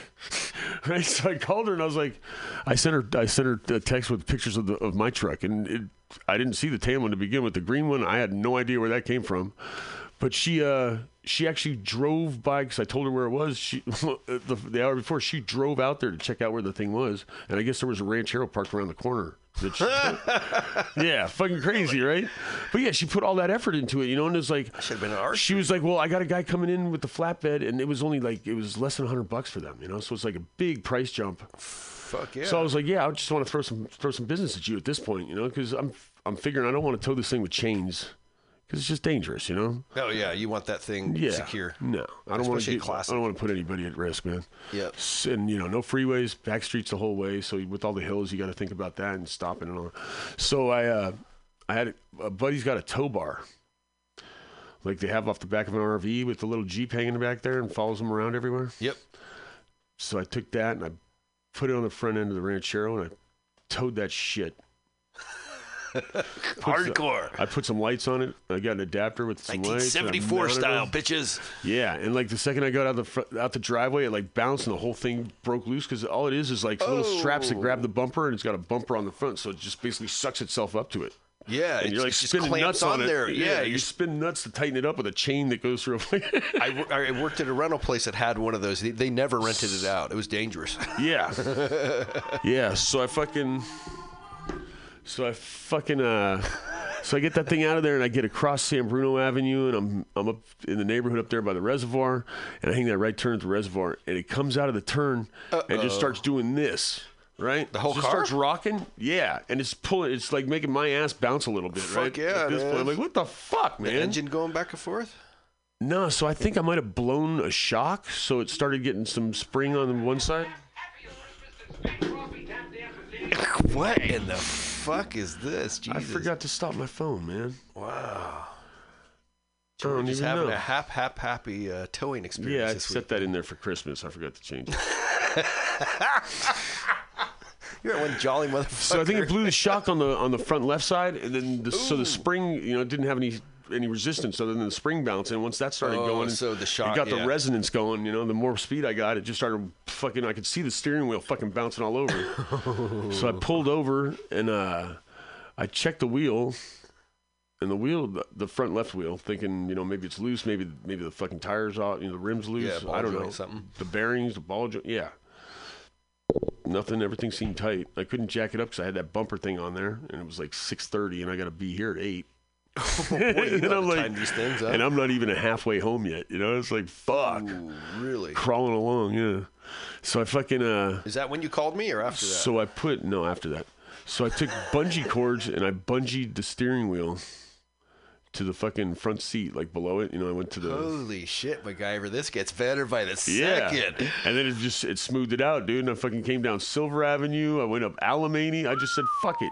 [SPEAKER 5] right? So I called her and I was like, I sent her I sent her a text with pictures of the of my truck, and it, I didn't see the tan one to begin with. The green one, I had no idea where that came from. But she uh she actually drove by because I told her where it was. She the, the hour before she drove out there to check out where the thing was, and I guess there was a ranchero parked around the corner. That she, yeah, fucking crazy, right? But yeah, she put all that effort into it, you know, and it's like
[SPEAKER 4] Should have been an R.
[SPEAKER 5] she was like, "Well, I got a guy coming in with the flatbed, and it was only like it was less than hundred bucks for them, you know. So it's like a big price jump.
[SPEAKER 4] Fuck yeah.
[SPEAKER 5] So I was like, "Yeah, I just want to throw some throw some business at you at this point, you know, because I'm I'm figuring I don't want to tow this thing with chains because it's just dangerous, you know.
[SPEAKER 4] oh yeah, you want that thing
[SPEAKER 5] Yeah,
[SPEAKER 4] secure.
[SPEAKER 5] No, I don't want
[SPEAKER 4] Especially a
[SPEAKER 5] to.
[SPEAKER 4] classic.
[SPEAKER 5] I don't want to put anybody at risk, man.
[SPEAKER 4] Yep.
[SPEAKER 5] S- And you know, no freeways, back streets the whole way. So with all the hills, you got to think about that and stopping and all. So I, uh, I had a buddy's got a tow bar, like they have off the back of an RV with the little Jeep hanging back there and follows them around everywhere.
[SPEAKER 4] Yep.
[SPEAKER 5] So I took that and I put it on the front end of the Ranchero and I towed that shit. Put some-
[SPEAKER 4] Hardcore.
[SPEAKER 5] I put some lights on it. I got an adapter with some lights. and I
[SPEAKER 4] 1974
[SPEAKER 5] mounted
[SPEAKER 4] style,
[SPEAKER 5] it.
[SPEAKER 4] bitches.
[SPEAKER 5] Yeah, and like the second I got out the fr- out the driveway, it like bounced and the whole thing broke loose because all it is is like little straps that
[SPEAKER 4] Oh.
[SPEAKER 5] grab the bumper and it's got a bumper on the front, so it just basically sucks itself up to it.
[SPEAKER 4] Yeah,
[SPEAKER 5] And
[SPEAKER 4] it's-
[SPEAKER 5] you're like
[SPEAKER 4] it's just
[SPEAKER 5] spinning
[SPEAKER 4] clamps
[SPEAKER 5] nuts on,
[SPEAKER 4] on
[SPEAKER 5] it.
[SPEAKER 4] there. Yeah,
[SPEAKER 5] Yeah,
[SPEAKER 4] you're-
[SPEAKER 5] you spin nuts to tighten it up with a chain that goes through. a-
[SPEAKER 4] I, wor- I worked at a rental place that had one of those. They, they never rented it out. It was dangerous.
[SPEAKER 5] yeah, yeah. So I fucking, so I fucking, uh, so I get that thing out of there and I get across San Bruno Avenue and I'm I'm up in the neighborhood up there by the reservoir and I hang that right turn at the reservoir and it comes out of the turn and just starts doing this. Right, the
[SPEAKER 4] whole
[SPEAKER 5] just
[SPEAKER 4] car?
[SPEAKER 5] starts rocking. Yeah, and it's pulling. It's like making my ass bounce a little bit.
[SPEAKER 4] Fuck
[SPEAKER 5] right?
[SPEAKER 4] yeah,
[SPEAKER 5] At this point,
[SPEAKER 4] man.
[SPEAKER 5] I'm like, what the fuck, man?
[SPEAKER 4] Engine going back and forth.
[SPEAKER 5] No, so I think I might have blown a shock, so it started getting some spring on one side.
[SPEAKER 4] What in the fuck is this? Jesus.
[SPEAKER 5] I forgot to stop my phone, man. I
[SPEAKER 4] Wow. We're
[SPEAKER 5] don't
[SPEAKER 4] just
[SPEAKER 5] even
[SPEAKER 4] having
[SPEAKER 5] know.
[SPEAKER 4] a hap hap happy uh, towing experience
[SPEAKER 5] yeah, I
[SPEAKER 4] this
[SPEAKER 5] set
[SPEAKER 4] week.
[SPEAKER 5] that in there for Christmas. I forgot to change it.
[SPEAKER 4] You're one jolly motherfucker.
[SPEAKER 5] so I think it blew the shock on the on the front left side, and then the, so the spring, you know, it didn't have any any resistance other than the spring bounce. And once that started
[SPEAKER 4] Oh,
[SPEAKER 5] going,
[SPEAKER 4] so the
[SPEAKER 5] it
[SPEAKER 4] shock,
[SPEAKER 5] got
[SPEAKER 4] yeah.
[SPEAKER 5] the resonance going. You know, the more speed I got, it just started fucking. I could see the steering wheel fucking bouncing all over. so I pulled over and uh, I checked the wheel. And the wheel, the- the front left wheel, thinking you know maybe it's loose, maybe maybe the fucking tires out, you know the rims loose.
[SPEAKER 4] ball
[SPEAKER 5] I don't
[SPEAKER 4] joint,
[SPEAKER 5] know
[SPEAKER 4] something.
[SPEAKER 5] The bearings, the ball joint, yeah nothing. Everything seemed tight. I couldn't jack it up because I had that bumper thing on there, and it was like six thirty, and I got to be here at eight.
[SPEAKER 4] Oh, you
[SPEAKER 5] and
[SPEAKER 4] gotta
[SPEAKER 5] I'm
[SPEAKER 4] time these things up.
[SPEAKER 5] and I'm not even halfway home yet. You know, it's like fuck,
[SPEAKER 4] Ooh, really?
[SPEAKER 5] crawling along. Yeah. So I fucking uh.
[SPEAKER 4] Is that when you called me or after that?
[SPEAKER 5] So I put no after that. So I took bungee cords and I bungeed the steering wheel to the fucking front seat, like below it. You know, I went to the
[SPEAKER 4] Holy shit, MacGyver! This gets better by the
[SPEAKER 5] Yeah.
[SPEAKER 4] second.
[SPEAKER 5] And then it just it smoothed it out, dude. And I fucking came down Silver Avenue. I went up Alamany. I just said fuck it.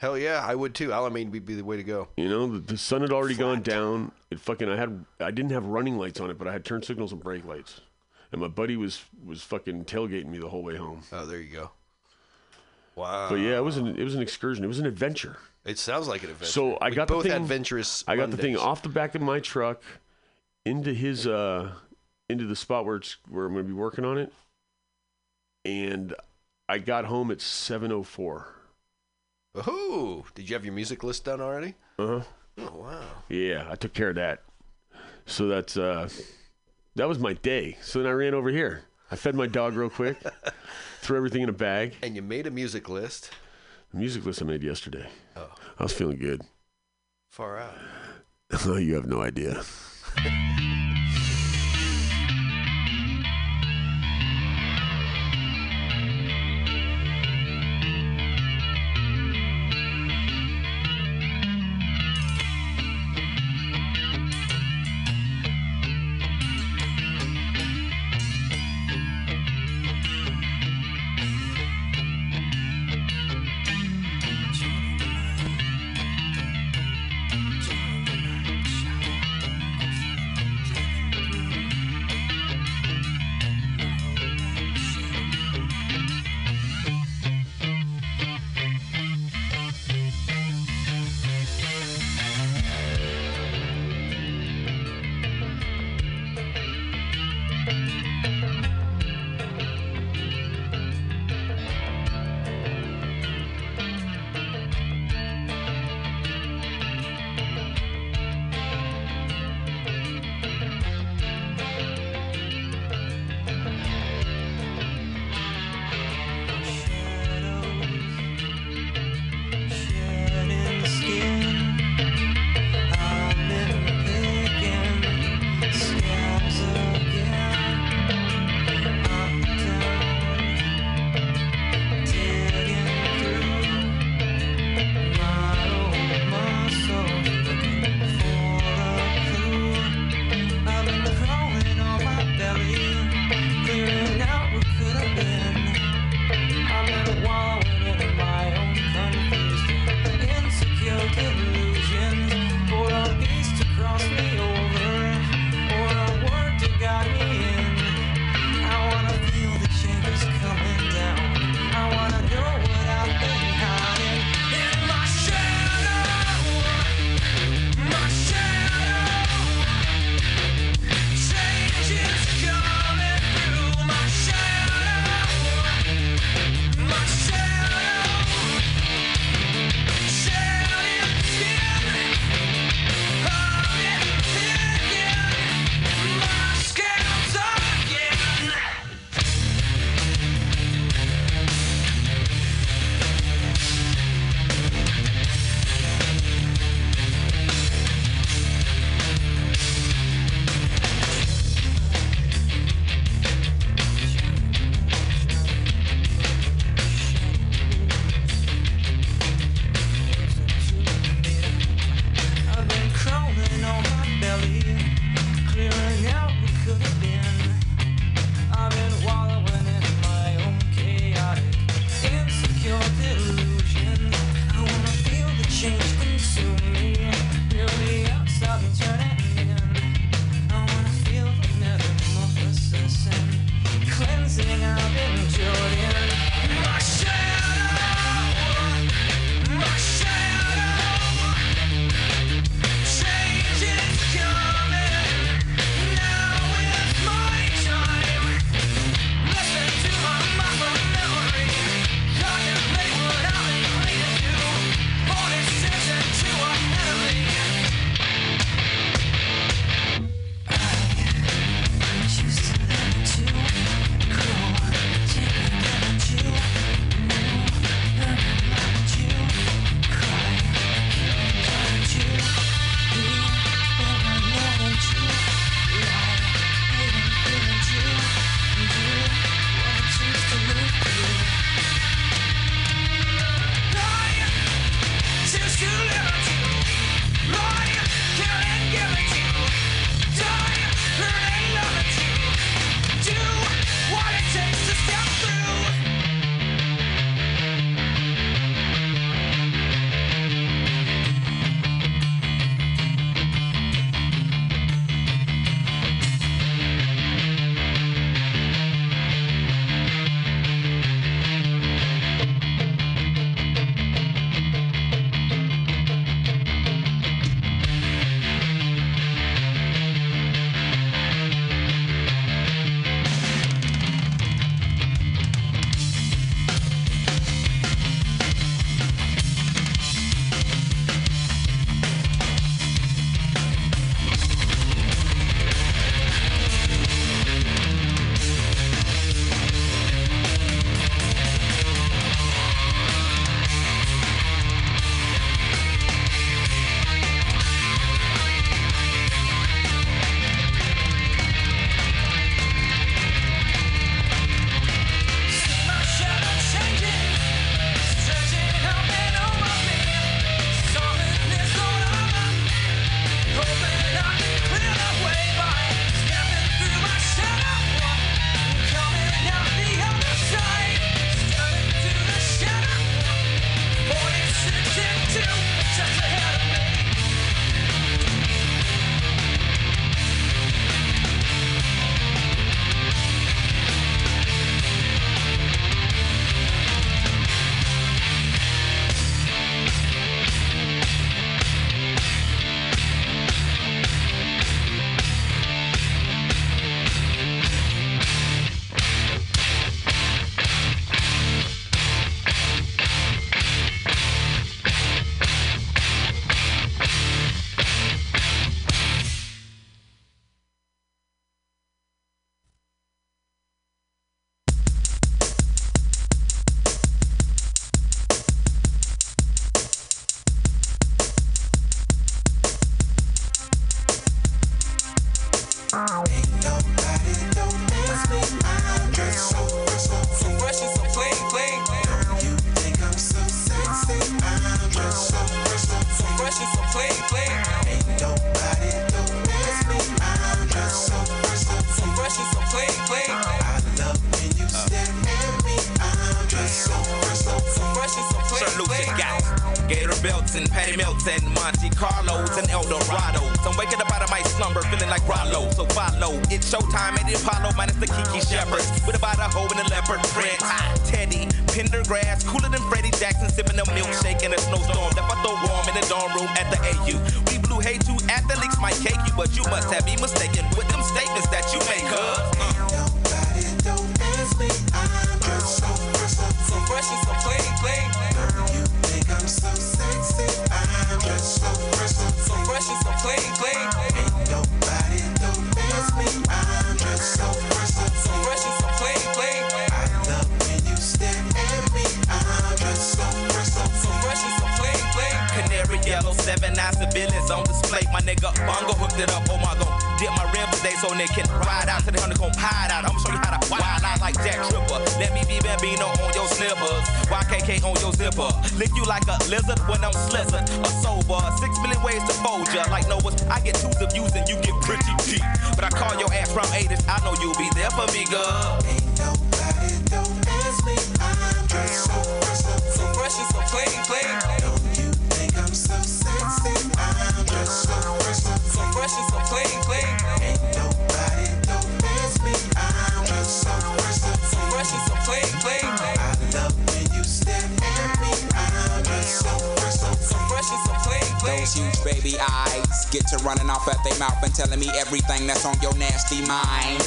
[SPEAKER 4] Hell yeah, I would too. Alameen would be the way to go.
[SPEAKER 5] You know, the, the sun had already gone down. It fucking I had I didn't have running lights on it, but I had turn signals and brake lights. And my buddy was was fucking tailgating me the whole way home.
[SPEAKER 4] Oh, there you go. Wow.
[SPEAKER 5] But yeah, it was an it was an excursion. It was an adventure.
[SPEAKER 4] It sounds like an adventure.
[SPEAKER 5] So I
[SPEAKER 4] We
[SPEAKER 5] got the
[SPEAKER 4] both
[SPEAKER 5] thing-
[SPEAKER 4] adventurous.
[SPEAKER 5] I got the thing
[SPEAKER 4] Mondays.
[SPEAKER 5] off the back of my truck into his uh into the spot where it's where I'm going to be working on it. And I got home at 7:04.
[SPEAKER 4] Ooh, did you have your music list done already?
[SPEAKER 5] Uh-huh.
[SPEAKER 4] Oh wow.
[SPEAKER 5] Yeah, I took care of that. So that's uh that was my day. So then I ran over here. I fed my dog real quick, threw everything in a bag.
[SPEAKER 4] And you made a music list.
[SPEAKER 5] The music list I made yesterday.
[SPEAKER 4] Oh,
[SPEAKER 5] I was feeling good.
[SPEAKER 4] far out.
[SPEAKER 5] you have no idea.
[SPEAKER 3] Thank you.
[SPEAKER 2] play, play. Ain't nobody does me. I'm just so fresh, so so fresh and so play, play. I love when you stare at me. I'm just so fresh, so so fresh and so play,
[SPEAKER 6] Sir
[SPEAKER 2] play.
[SPEAKER 6] Lucius Gauss, Gator Belton, Patty Melton, Monte Carlos, and El Dorado. So I'm waking up out of my slumber, feeling like Rollo. So follow, it's showtime at the Apollo, minus the Kiki Shepherds. With about a hoe and a leopard print. Ah, Teddy, Pendergrass, cooler than Freddie Jackson, sipping a milkshake in a snowstorm. That I throw warm in the dorm room at the AU. We blew hate to athletes might cake you, but you must have me mistaken with them statements that you make, huh?
[SPEAKER 2] Nobody does me. I'm just so fresh, so so fresh and so play, play. Girl, you think I'm so sexy? I'm just so fresh, so so fresh and so play, play. Ain't nobody does me. I'm just so fresh, so so fresh and so play, play. I love when you stare at me. I'm just so fresh, so so fresh and so play, play.
[SPEAKER 6] Canary yellow, seven nine civilians on display. My nigga Bongo hooked it up. Oh my god, dip my rim today so they can ride out to the honeycomb hide out. I'ma show you how to wild out like Jack Tripper. Let me be Bambino on your slippers, YKK on your zipper. Lick you like a lizard when I'm slizzard or sober. Six million ways to fold ya. Like Noah's, I get two views and you get pretty deep. But I call your ass from 80s. I know you'll be there for me, girl.
[SPEAKER 2] Ain't nobody does me. I'm just so fresh, so so fresh and so play, play. Don't you think I'm so sexy? I'm just so fresh, so so fresh and so play, play. Ain't nobody does me. I'm just so fresh, so so fresh and so play, play. I love when you stare at me. I'm just so fresh, so so fresh and so play, play.
[SPEAKER 7] Those huge baby eyes get to running off at their mouth and telling me everything that's on your nasty mind.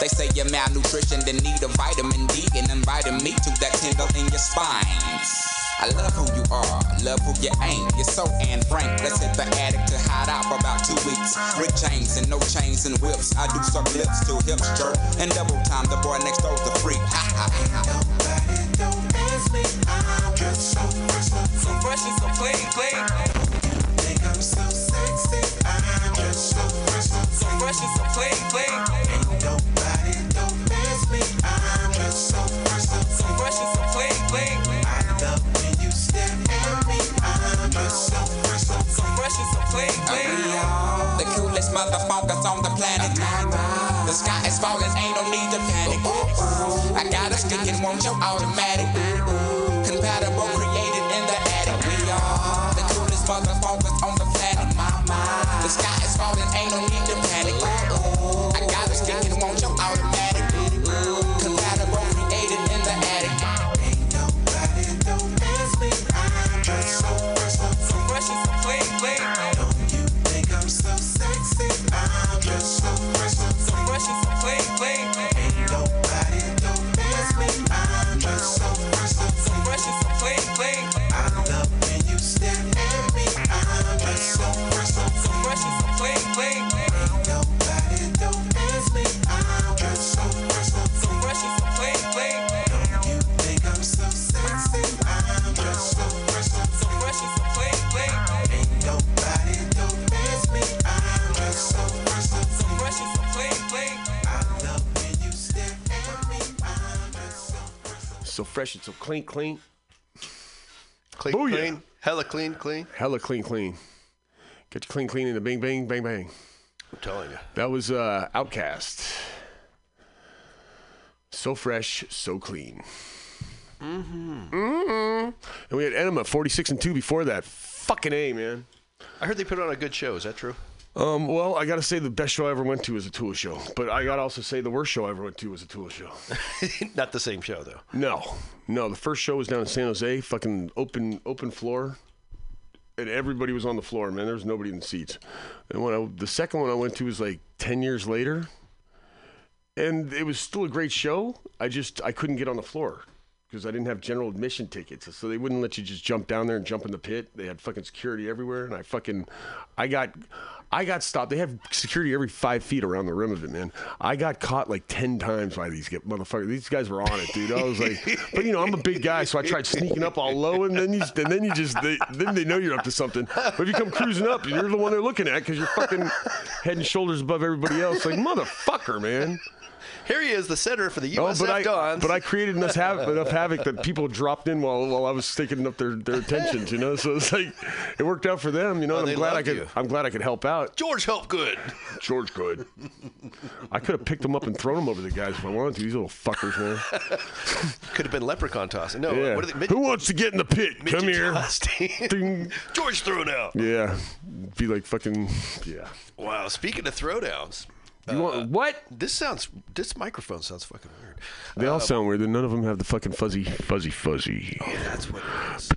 [SPEAKER 7] They say you're malnutrition, then need a vitamin D and inviting me to that tingle in your spine. I love who you are, love who you ain't. You're so and frank. Let's hit the attic to hide out for about two weeks. Rick chains and no chains and whips. I do some lips till hips jerk and double time. The boy next door's a freak. Ha ha ha. ha.
[SPEAKER 2] Nobody does me. I'm just so fresh, so so fresh and so play, play. Think I'm so sexy. I'm just so fresh, so so fresh and so play, play. Ain't nobody don't miss me. I'm just so fresh, so so fresh and so play, play. I love when you stare at me. I'm just so fresh, so so fresh and so play, play.
[SPEAKER 7] The coolest motherfuckers on the planet. The sky is falling, ain't no need to panic. I got a stick and want your automatic. Compatible, created in the attic. We are the coolest motherfuckers on the planet. The sky is falling, ain't no need to panic. I got a stick and want your automatic. Compatible, created in the attic.
[SPEAKER 2] Ain't nobody don't miss me. I'm just so fresh, so so fresh and so play, play. Don't you think I'm so sexy? I'm just so fresh, so so fresh and so play, play. Ain't nobody don't miss me. I'm just so fresh, so so fresh and so play, play. I love when you stare at me. I'm just so fresh, so so fresh and so play, play. Ain't nobody don't miss me. I'm just so fresh, so so fresh and so play, play. Don't you think I'm so sexy? I'm just so fresh, so so fresh and so play, play. Ain't nobody don't miss me. I'm just so fresh, so so fresh and so play, play. I love when you stare at me. I'm just so fresh, so
[SPEAKER 5] So fresh and so clean, clean,
[SPEAKER 4] Clean,
[SPEAKER 5] Booyah.
[SPEAKER 4] clean, hella clean, clean.
[SPEAKER 5] hella clean, clean. Get your clean, clean in the bing, bang, bang, bang.
[SPEAKER 4] I'm telling you.
[SPEAKER 5] That was uh, Outcast. So fresh, so clean. Mm-hmm. Mm-hmm. And we had Enema 46 and 2 before that. Fucking A, man.
[SPEAKER 4] I heard they put on a good show. Is that true?
[SPEAKER 5] Um, well, I gotta say the best show I ever went to was a Tool show, but I gotta also say the worst show I ever went to was a Tool show.
[SPEAKER 4] Not the same show though.
[SPEAKER 5] No, no, the first show was down in San Jose, fucking open open floor, and everybody was on the floor, man. There was nobody in the seats. And when I, the second one I went to was like ten years later, and it was still a great show. I just I couldn't get on the floor because I didn't have general admission tickets, so they wouldn't let you just jump down there and jump in the pit. They had fucking security everywhere, and I fucking I got I got stopped. They have security every five feet around the rim of it, man. I got caught like ten times by these get motherfuckers. These guys were on it, dude. I was like, but you know I'm a big guy, so I tried sneaking up all low, and then you and then you just they, then they know you're up to something. But if you come cruising up, you're the one they're looking at because you're fucking head and shoulders above everybody else. Like motherfucker, man.
[SPEAKER 4] Here he is, the center for the
[SPEAKER 5] Oh,
[SPEAKER 4] USF
[SPEAKER 5] but I
[SPEAKER 4] Dons.
[SPEAKER 5] but I created enough, hav- enough havoc that people dropped in while while I was taking up their, their attentions, you know. So it's like it worked out for them, you know. and
[SPEAKER 4] Oh, they
[SPEAKER 5] I'm glad I
[SPEAKER 4] loved
[SPEAKER 5] could
[SPEAKER 4] you.
[SPEAKER 5] I'm glad I could help out.
[SPEAKER 4] George Helpgood.
[SPEAKER 5] George could. I could have picked them up and thrown them over the guys if I wanted to. These little fuckers, man.
[SPEAKER 4] Could have been leprechaun toss. No,
[SPEAKER 5] Yeah.
[SPEAKER 4] what are they?
[SPEAKER 5] Who wants to get in the pit?
[SPEAKER 4] midget
[SPEAKER 5] Come here.
[SPEAKER 4] toss team.
[SPEAKER 5] Ding.
[SPEAKER 4] George Throwdown.
[SPEAKER 5] Yeah, be like fucking yeah.
[SPEAKER 4] Wow. Speaking of throwdowns,
[SPEAKER 5] You want what?
[SPEAKER 4] this sounds. This microphone sounds fucking weird.
[SPEAKER 5] They
[SPEAKER 4] Uh,
[SPEAKER 5] all sound weird. and None of them have the fucking fuzzy, fuzzy, fuzzy.
[SPEAKER 4] Yeah, that's what it is.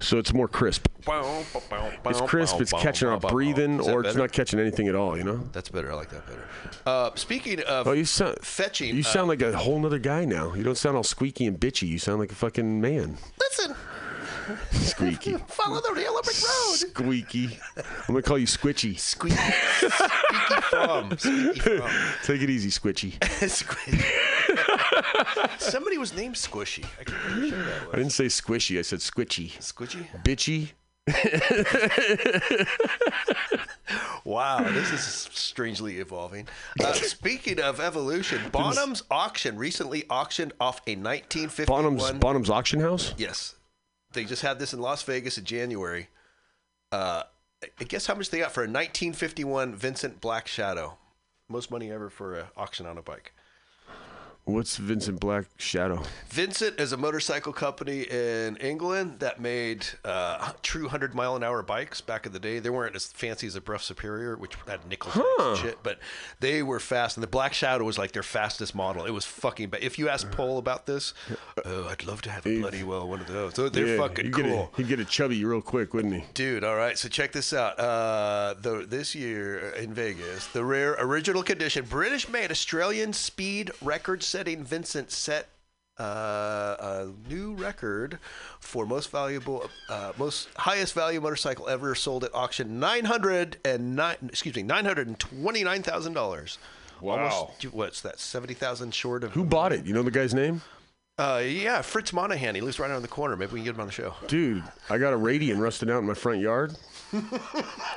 [SPEAKER 5] So it's more crisp. It's crisp. It's catching our breathing,
[SPEAKER 4] Is that
[SPEAKER 5] or it's
[SPEAKER 4] better?
[SPEAKER 5] not catching anything at all. You know.
[SPEAKER 4] That's better. I like that better. Uh, speaking of
[SPEAKER 5] Oh, you sound
[SPEAKER 4] fetching,
[SPEAKER 5] You
[SPEAKER 4] uh,
[SPEAKER 5] sound like a whole nother guy now. You don't sound all squeaky and bitchy. You sound like a fucking man.
[SPEAKER 4] listen,
[SPEAKER 5] Squeaky.
[SPEAKER 4] follow the yellow brick road.
[SPEAKER 5] Squeaky. I'm gonna call you Squitchy.
[SPEAKER 4] Squeaky, squeaky from, squeaky from.
[SPEAKER 5] Take it easy, Squitchy.
[SPEAKER 4] Squishy. Somebody was named Squishy. I can't remember who that
[SPEAKER 5] I
[SPEAKER 4] was.
[SPEAKER 5] didn't say squishy. I said squitchy.
[SPEAKER 4] Squishy.
[SPEAKER 5] Bitchy.
[SPEAKER 4] Wow, this is strangely evolving. Uh, speaking of evolution, Bonham's auction recently auctioned off a 1951.
[SPEAKER 5] Bonham's Bonham's auction house.
[SPEAKER 4] Yes, they just had this in Las Vegas in January. Uh, I guess how much they got for a 1951 Vincent Black Shadow. Most money ever for an auction on a bike.
[SPEAKER 5] What's Vincent Black Shadow?
[SPEAKER 4] Vincent is a motorcycle company in England that made uh, true 100 mile an hour bikes back in the day. They weren't as fancy as a Bruff Superior, which had nickel brakes and shit, but they were fast. And the Black Shadow was like their fastest model. It was fucking bad. If you ask Paul about this, oh, I'd love to have a bloody well one of those. So
[SPEAKER 5] Yeah,
[SPEAKER 4] they're fucking
[SPEAKER 5] he'd
[SPEAKER 4] cool.
[SPEAKER 5] get a- he'd get a chubby real quick, wouldn't he?
[SPEAKER 4] Dude, all right. So check this out. Uh, the, this year uh, in Vegas, the rare original condition British-made Australian speed record-setting Vincent set uh, a new record for most valuable, uh, most highest value motorcycle ever sold at auction. Nine hundred and nine. Excuse me, nine hundred and twenty-nine thousand dollars.
[SPEAKER 5] Wow.
[SPEAKER 4] Almost, what's that? Seventy thousand short of
[SPEAKER 5] Who bought it? You know the guy's name?
[SPEAKER 4] Uh, yeah, Fritz Monahan. He lives right around the corner. Maybe we can get him on the show.
[SPEAKER 5] Dude, I got a radian rusting out in my front yard.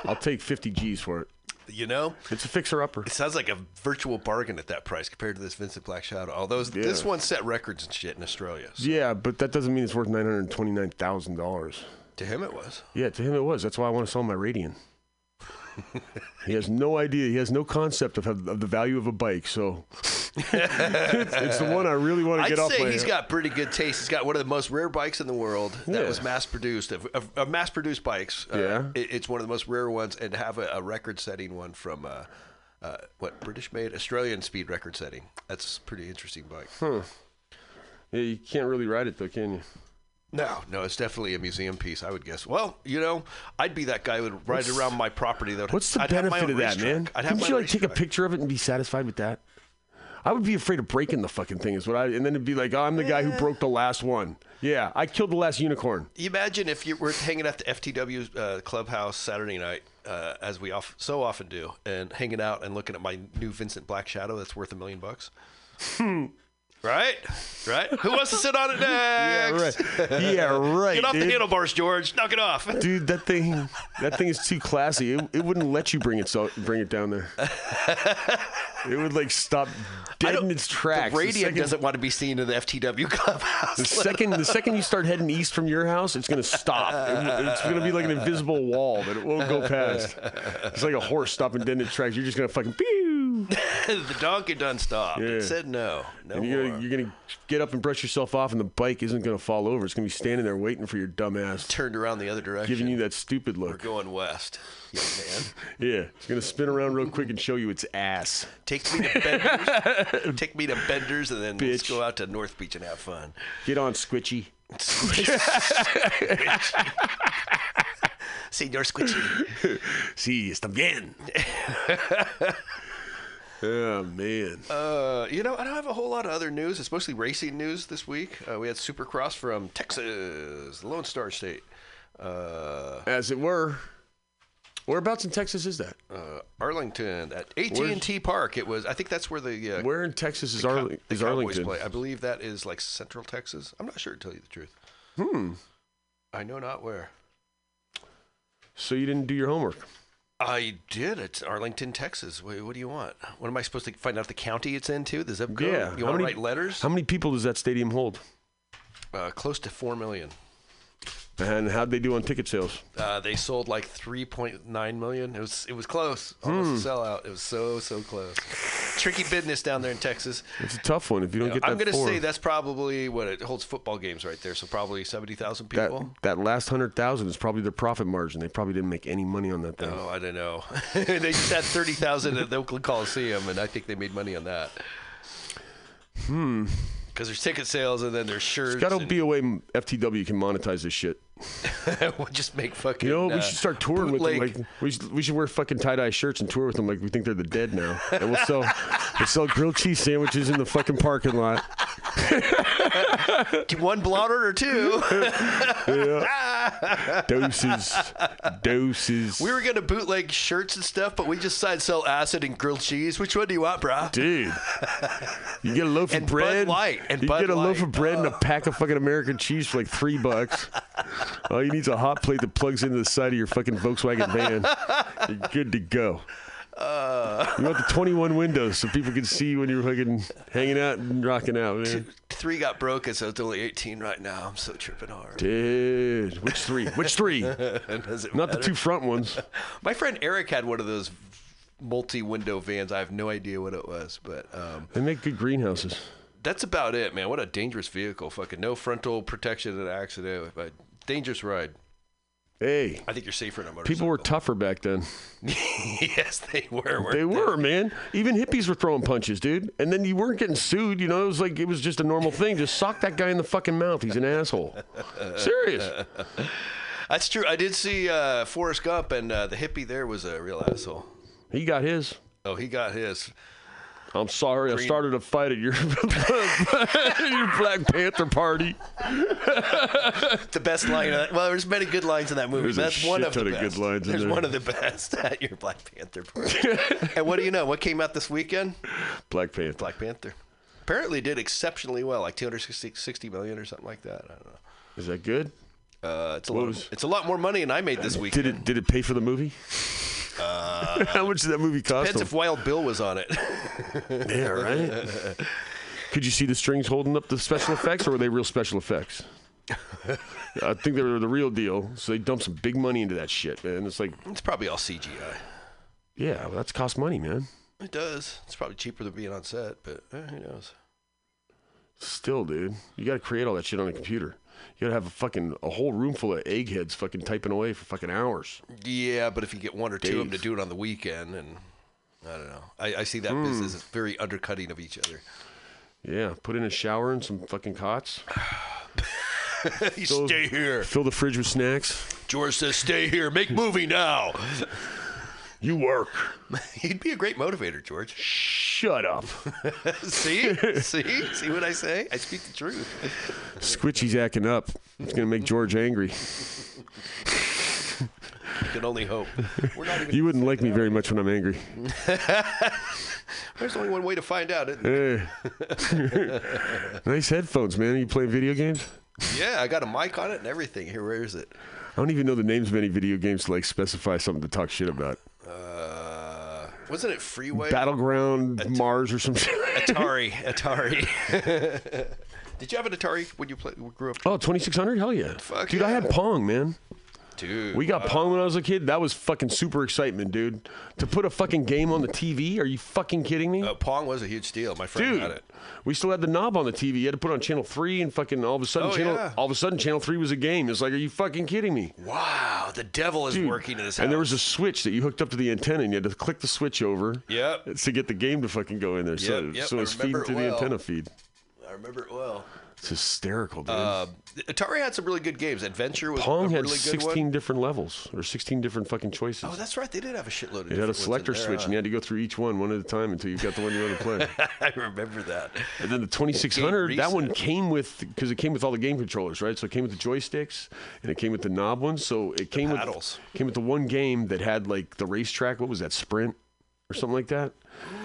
[SPEAKER 5] I'll take 50 G's for it.
[SPEAKER 4] You know.
[SPEAKER 5] It's a fixer upper.
[SPEAKER 4] It sounds like a virtual bargain at that price compared to this Vincent Black Shadow. Although this
[SPEAKER 5] Yeah.
[SPEAKER 4] one set records and shit in Australia. So
[SPEAKER 5] Yeah, but that doesn't mean it's worth $929,000.
[SPEAKER 4] To him, it was.
[SPEAKER 5] Yeah, to him it was. That's why I want to sell my radian. he has no idea. He has no concept of, of the value of a bike. So it's, it's the one I really want to
[SPEAKER 4] I'd
[SPEAKER 5] get off
[SPEAKER 4] say
[SPEAKER 5] my
[SPEAKER 4] he's got pretty good taste. He's got one of the most rare bikes in the world that
[SPEAKER 5] Yeah.
[SPEAKER 4] was mass produced. Of, of, of mass produced bikes, uh,
[SPEAKER 5] Yeah.
[SPEAKER 4] it- it's one of the most rare ones, and to have a, a record setting one from uh, uh, what British made Australian speed record setting. That's a pretty interesting bike.
[SPEAKER 5] Hmm. Yeah, you can't really ride it though, can you?
[SPEAKER 4] No, no, it's definitely a museum piece. I would guess. Well, you know, I'd be that guy who would ride around my property. That would-
[SPEAKER 5] What's the
[SPEAKER 4] I'd have my
[SPEAKER 5] benefit
[SPEAKER 4] own
[SPEAKER 5] of that,
[SPEAKER 4] racetrack.
[SPEAKER 5] man?
[SPEAKER 4] I'd have
[SPEAKER 5] Couldn't
[SPEAKER 4] my
[SPEAKER 5] you like take a
[SPEAKER 4] racetrack.
[SPEAKER 5] picture of it and be satisfied with that? I would be afraid of breaking the fucking thing, is what I. And then it'd be like, oh, I'm the guy who broke the last one. Yeah, I killed the last unicorn.
[SPEAKER 4] You imagine if you were hanging at the FTW uh, clubhouse Saturday night, uh, as we off, so often do, and hanging out and looking at my new Vincent Black Shadow that's worth a million bucks. right, right. Who wants to sit on it next?
[SPEAKER 5] Yeah, right. Yeah, right.
[SPEAKER 4] Get off
[SPEAKER 5] dude.
[SPEAKER 4] the handlebars, George. Knock it off.
[SPEAKER 5] Dude, that thing, that thing is too classy. It, it wouldn't let you bring it so, bring it down there. It would like stop dead in its tracks.
[SPEAKER 4] The radiant
[SPEAKER 5] second-
[SPEAKER 4] doesn't want to be seen in the FTW clubhouse.
[SPEAKER 5] The second, the second you start heading east from your house, it's gonna stop. It- it's gonna be like an invisible wall that it won't go past. It's like a horse stopping dead in its tracks. You're just gonna fucking pew.
[SPEAKER 4] the donkey done stopped. It
[SPEAKER 5] Yeah.
[SPEAKER 4] said no, no
[SPEAKER 5] And you're,
[SPEAKER 4] more.
[SPEAKER 5] gonna, you're gonna get up and brush yourself off, and the bike isn't gonna fall over. It's gonna be standing there waiting for your dumb ass,
[SPEAKER 4] Turned around the other direction.
[SPEAKER 5] giving you that stupid
[SPEAKER 4] We're
[SPEAKER 5] look.
[SPEAKER 4] going west, young man.
[SPEAKER 5] Yeah, it's gonna spin around real quick and show you its ass.
[SPEAKER 4] Take me to Benders. Take me to Benders, and then let's
[SPEAKER 5] Bitch.
[SPEAKER 4] go out to North Beach and have fun.
[SPEAKER 5] Get on, Squitchy.
[SPEAKER 4] Senor Squidgy.
[SPEAKER 5] See, está bien. oh man.
[SPEAKER 4] Uh, you know, I don't have a whole lot of other news. It's mostly racing news this week. Uh, we had Supercross from Texas, the Lone Star State. Uh,
[SPEAKER 5] As it were. Whereabouts in Texas is that?
[SPEAKER 4] uh, Arlington at AT&T Park. It was. I think that's where the uh,
[SPEAKER 5] Where in Texas is,
[SPEAKER 4] Cow-
[SPEAKER 5] Arling-
[SPEAKER 4] the
[SPEAKER 5] is
[SPEAKER 4] Cowboys
[SPEAKER 5] Arlington?
[SPEAKER 4] play. I believe that is like Central Texas. I'm not sure to tell you the truth.
[SPEAKER 5] Hmm.
[SPEAKER 4] I know not where.
[SPEAKER 5] So you didn't do your homework.
[SPEAKER 4] I did. It's Arlington, Texas. Wait, what do you want? What am I supposed to find out the county it's in too? The zip code? You
[SPEAKER 5] how
[SPEAKER 4] want to
[SPEAKER 5] many-
[SPEAKER 4] write letters?
[SPEAKER 5] How many people does that stadium hold?
[SPEAKER 4] Uh, close to four million.
[SPEAKER 5] And how'd they do on ticket sales?
[SPEAKER 4] Uh, they sold like 3.9 million. It was it was close, almost
[SPEAKER 5] Hmm.
[SPEAKER 4] a sellout. It was so so close. Tricky business down there in Texas.
[SPEAKER 5] It's a tough one. If you don't get that
[SPEAKER 4] I'm gonna
[SPEAKER 5] four,
[SPEAKER 4] say that's probably what it holds football games right there. So probably 70,000
[SPEAKER 5] that
[SPEAKER 4] people.
[SPEAKER 5] that last hundred thousand is probably their profit margin. They probably didn't make any money on that thing.
[SPEAKER 4] Oh, I don't know. they just had 30,000 at the Oakland Coliseum, and I think they made money on that. Hmm. Because there's ticket sales, and then there's shirts.
[SPEAKER 5] Got to
[SPEAKER 4] and-
[SPEAKER 5] Hmm. be a way FTW can monetize this shit.
[SPEAKER 4] we'll just make fucking.
[SPEAKER 5] You know,
[SPEAKER 4] uh,
[SPEAKER 5] we should start touring with them.
[SPEAKER 4] bootleg-
[SPEAKER 5] Like, we should, we should wear fucking tie dye shirts and tour with them. Like we think they're the dead now, and we'll sell we'll sell grilled cheese sandwiches in the fucking parking lot.
[SPEAKER 4] one blotter or two.
[SPEAKER 5] Doses, doses.
[SPEAKER 4] we were gonna bootleg shirts and stuff, but we just side sell acid and grilled cheese. Which one do you want, bro?
[SPEAKER 5] dude. You get a loaf
[SPEAKER 4] And
[SPEAKER 5] of
[SPEAKER 4] Bud
[SPEAKER 5] bread,
[SPEAKER 4] Light, and
[SPEAKER 5] you
[SPEAKER 4] Bud
[SPEAKER 5] get a loaf
[SPEAKER 4] Light.
[SPEAKER 5] of bread and a pack of fucking American cheese for like three bucks. All you need is a hot plate that plugs into the side of your fucking Volkswagen van. You're good to go.
[SPEAKER 4] Uh.
[SPEAKER 5] you want the 21 windows so people can see when you're fucking hanging out and rocking out, man.
[SPEAKER 4] Three got broken, so it's only 18 right now. I'm so tripping hard.
[SPEAKER 5] Dude, which three? Which three?
[SPEAKER 4] Does it
[SPEAKER 5] Not the
[SPEAKER 4] matter?
[SPEAKER 5] two front ones.
[SPEAKER 4] My friend Eric had one of those multi-window vans. I have no idea what it was, but um,
[SPEAKER 5] They make good greenhouses.
[SPEAKER 4] that's about it, man. What a dangerous vehicle! Fucking no frontal protection in an accident. But dangerous ride.
[SPEAKER 5] Hey,
[SPEAKER 4] I think you're safer in a motorcycle.
[SPEAKER 5] people were tougher back then.
[SPEAKER 4] yes, they were. weren't
[SPEAKER 5] They were, man. Even hippies were throwing punches, dude. And then you weren't getting sued. You know, it was like it was just a normal thing. Just sock that guy in the fucking mouth. He's an asshole. Serious.
[SPEAKER 4] That's true. I did see uh, Forrest Gump, and uh, the hippie there was a real asshole.
[SPEAKER 5] He got his.
[SPEAKER 4] Oh, he got his.
[SPEAKER 5] I'm sorry. I started a fight at your your Black Panther party.
[SPEAKER 4] The best line. Of, well, there's many good lines in that movie.
[SPEAKER 5] There's
[SPEAKER 4] but
[SPEAKER 5] a
[SPEAKER 4] That's one
[SPEAKER 5] shit
[SPEAKER 4] of the
[SPEAKER 5] ton of
[SPEAKER 4] best.
[SPEAKER 5] good lines in
[SPEAKER 4] There's
[SPEAKER 5] there.
[SPEAKER 4] one of the best at your Black Panther party. and what do you know? What came out this weekend?
[SPEAKER 5] Black Panther.
[SPEAKER 4] Black Panther. Apparently it did exceptionally well, like 260 60 million or something like that. I don't know.
[SPEAKER 5] Is that good?
[SPEAKER 4] Uh, it's a lot.
[SPEAKER 5] was-
[SPEAKER 4] It's a lot more money than I made this week.
[SPEAKER 5] Did it did it pay for the movie? How much did that movie cost?
[SPEAKER 4] Depends if
[SPEAKER 5] Him?
[SPEAKER 4] Wild Bill was on it.
[SPEAKER 5] Yeah, right. Could you see the strings holding up the special effects, or were they real special effects? I think they were the real deal. So they dumped some big money into that shit, man. It's like
[SPEAKER 4] it's probably all CGI.
[SPEAKER 5] Yeah, well, that's cost money, man.
[SPEAKER 4] It does. It's probably cheaper than being on set, but eh, who knows?
[SPEAKER 5] Still, dude, you got to create all that shit on a computer. You got to have a fucking a whole room full of eggheads fucking typing away for fucking hours.
[SPEAKER 4] Yeah, but if you get one or two of them to
[SPEAKER 5] Days.
[SPEAKER 4] do it on the weekend, and I don't know, I, I see that
[SPEAKER 5] Hmm.
[SPEAKER 4] business as very undercutting of each other.
[SPEAKER 5] Yeah, put in a shower and some fucking cots.
[SPEAKER 4] you
[SPEAKER 5] Those-
[SPEAKER 4] stay here.
[SPEAKER 5] Fill the fridge with snacks.
[SPEAKER 4] George says, "Stay here. Make movie now."
[SPEAKER 5] You work.
[SPEAKER 4] He'd be a great motivator, George.
[SPEAKER 5] Shut up.
[SPEAKER 4] see, see, see what I say? I speak the truth.
[SPEAKER 5] Squitchy's acting up. It's gonna make George angry.
[SPEAKER 4] I can only hope. We're not even.
[SPEAKER 5] You wouldn't like me very much when I'm angry.
[SPEAKER 4] There's only one way to find out. Isn't there?
[SPEAKER 5] Hey. nice headphones, man. Are you playing video games?
[SPEAKER 4] Yeah, I got a mic on it and everything. Here, where is it?
[SPEAKER 5] I don't even know the names of any video games to like specify something to talk shit about.
[SPEAKER 4] Uh, wasn't it Freeway?
[SPEAKER 5] Battleground Mars or some shit.
[SPEAKER 4] Atari. Atari. Did you have an Atari when you play, grew up?
[SPEAKER 5] Oh, 2600? Hell yeah.
[SPEAKER 4] Fuck
[SPEAKER 5] dude, I
[SPEAKER 4] yeah. Uh,
[SPEAKER 5] had Pong, man.
[SPEAKER 4] Dude,
[SPEAKER 5] We got Pong when I was a kid. That was fucking super excitement, dude. To put a fucking game on the TV? Are you fucking kidding me?
[SPEAKER 4] Uh, Pong was a huge deal. My friend got
[SPEAKER 5] dude.
[SPEAKER 4] it.
[SPEAKER 5] We still had the knob on the TV. You had to put on channel 3 and fucking all of a sudden
[SPEAKER 4] Oh,
[SPEAKER 5] channel
[SPEAKER 4] yeah.
[SPEAKER 5] all of a sudden channel 3 was a game. It's like, are you fucking kidding me?
[SPEAKER 4] Wow, the devil is
[SPEAKER 5] Dude.
[SPEAKER 4] working in this house.
[SPEAKER 5] And there was a switch that you hooked up to the antenna and you had to click the switch over
[SPEAKER 4] Yep.
[SPEAKER 5] to get the game to fucking go in there. so
[SPEAKER 4] Yep, yep,
[SPEAKER 5] so
[SPEAKER 4] I
[SPEAKER 5] it's feeding
[SPEAKER 4] remember it
[SPEAKER 5] through the
[SPEAKER 4] well.
[SPEAKER 5] antenna feed.
[SPEAKER 4] I remember it well.
[SPEAKER 5] It's hysterical, dude.
[SPEAKER 4] Uh, Atari had some really good games. Adventure was
[SPEAKER 5] Pong
[SPEAKER 4] a
[SPEAKER 5] had
[SPEAKER 4] really good
[SPEAKER 5] 16
[SPEAKER 4] one.
[SPEAKER 5] different levels or 16 different fucking choices.
[SPEAKER 4] Oh, that's right. They did have a shitload of.
[SPEAKER 5] It had a
[SPEAKER 4] different ones in
[SPEAKER 5] selector
[SPEAKER 4] there,
[SPEAKER 5] switch, and you
[SPEAKER 4] huh?
[SPEAKER 5] had to go through each one one at a time until you got the one you wanted to play.
[SPEAKER 4] I remember that.
[SPEAKER 5] And then the 2600, that
[SPEAKER 4] reset.
[SPEAKER 5] one came with because it came with all the game controllers, right? So it came with the joysticks, and it came with the knob ones. So it came with
[SPEAKER 4] paddles.
[SPEAKER 5] came with the one game that had like the racetrack. What was that? Sprint. or something like that.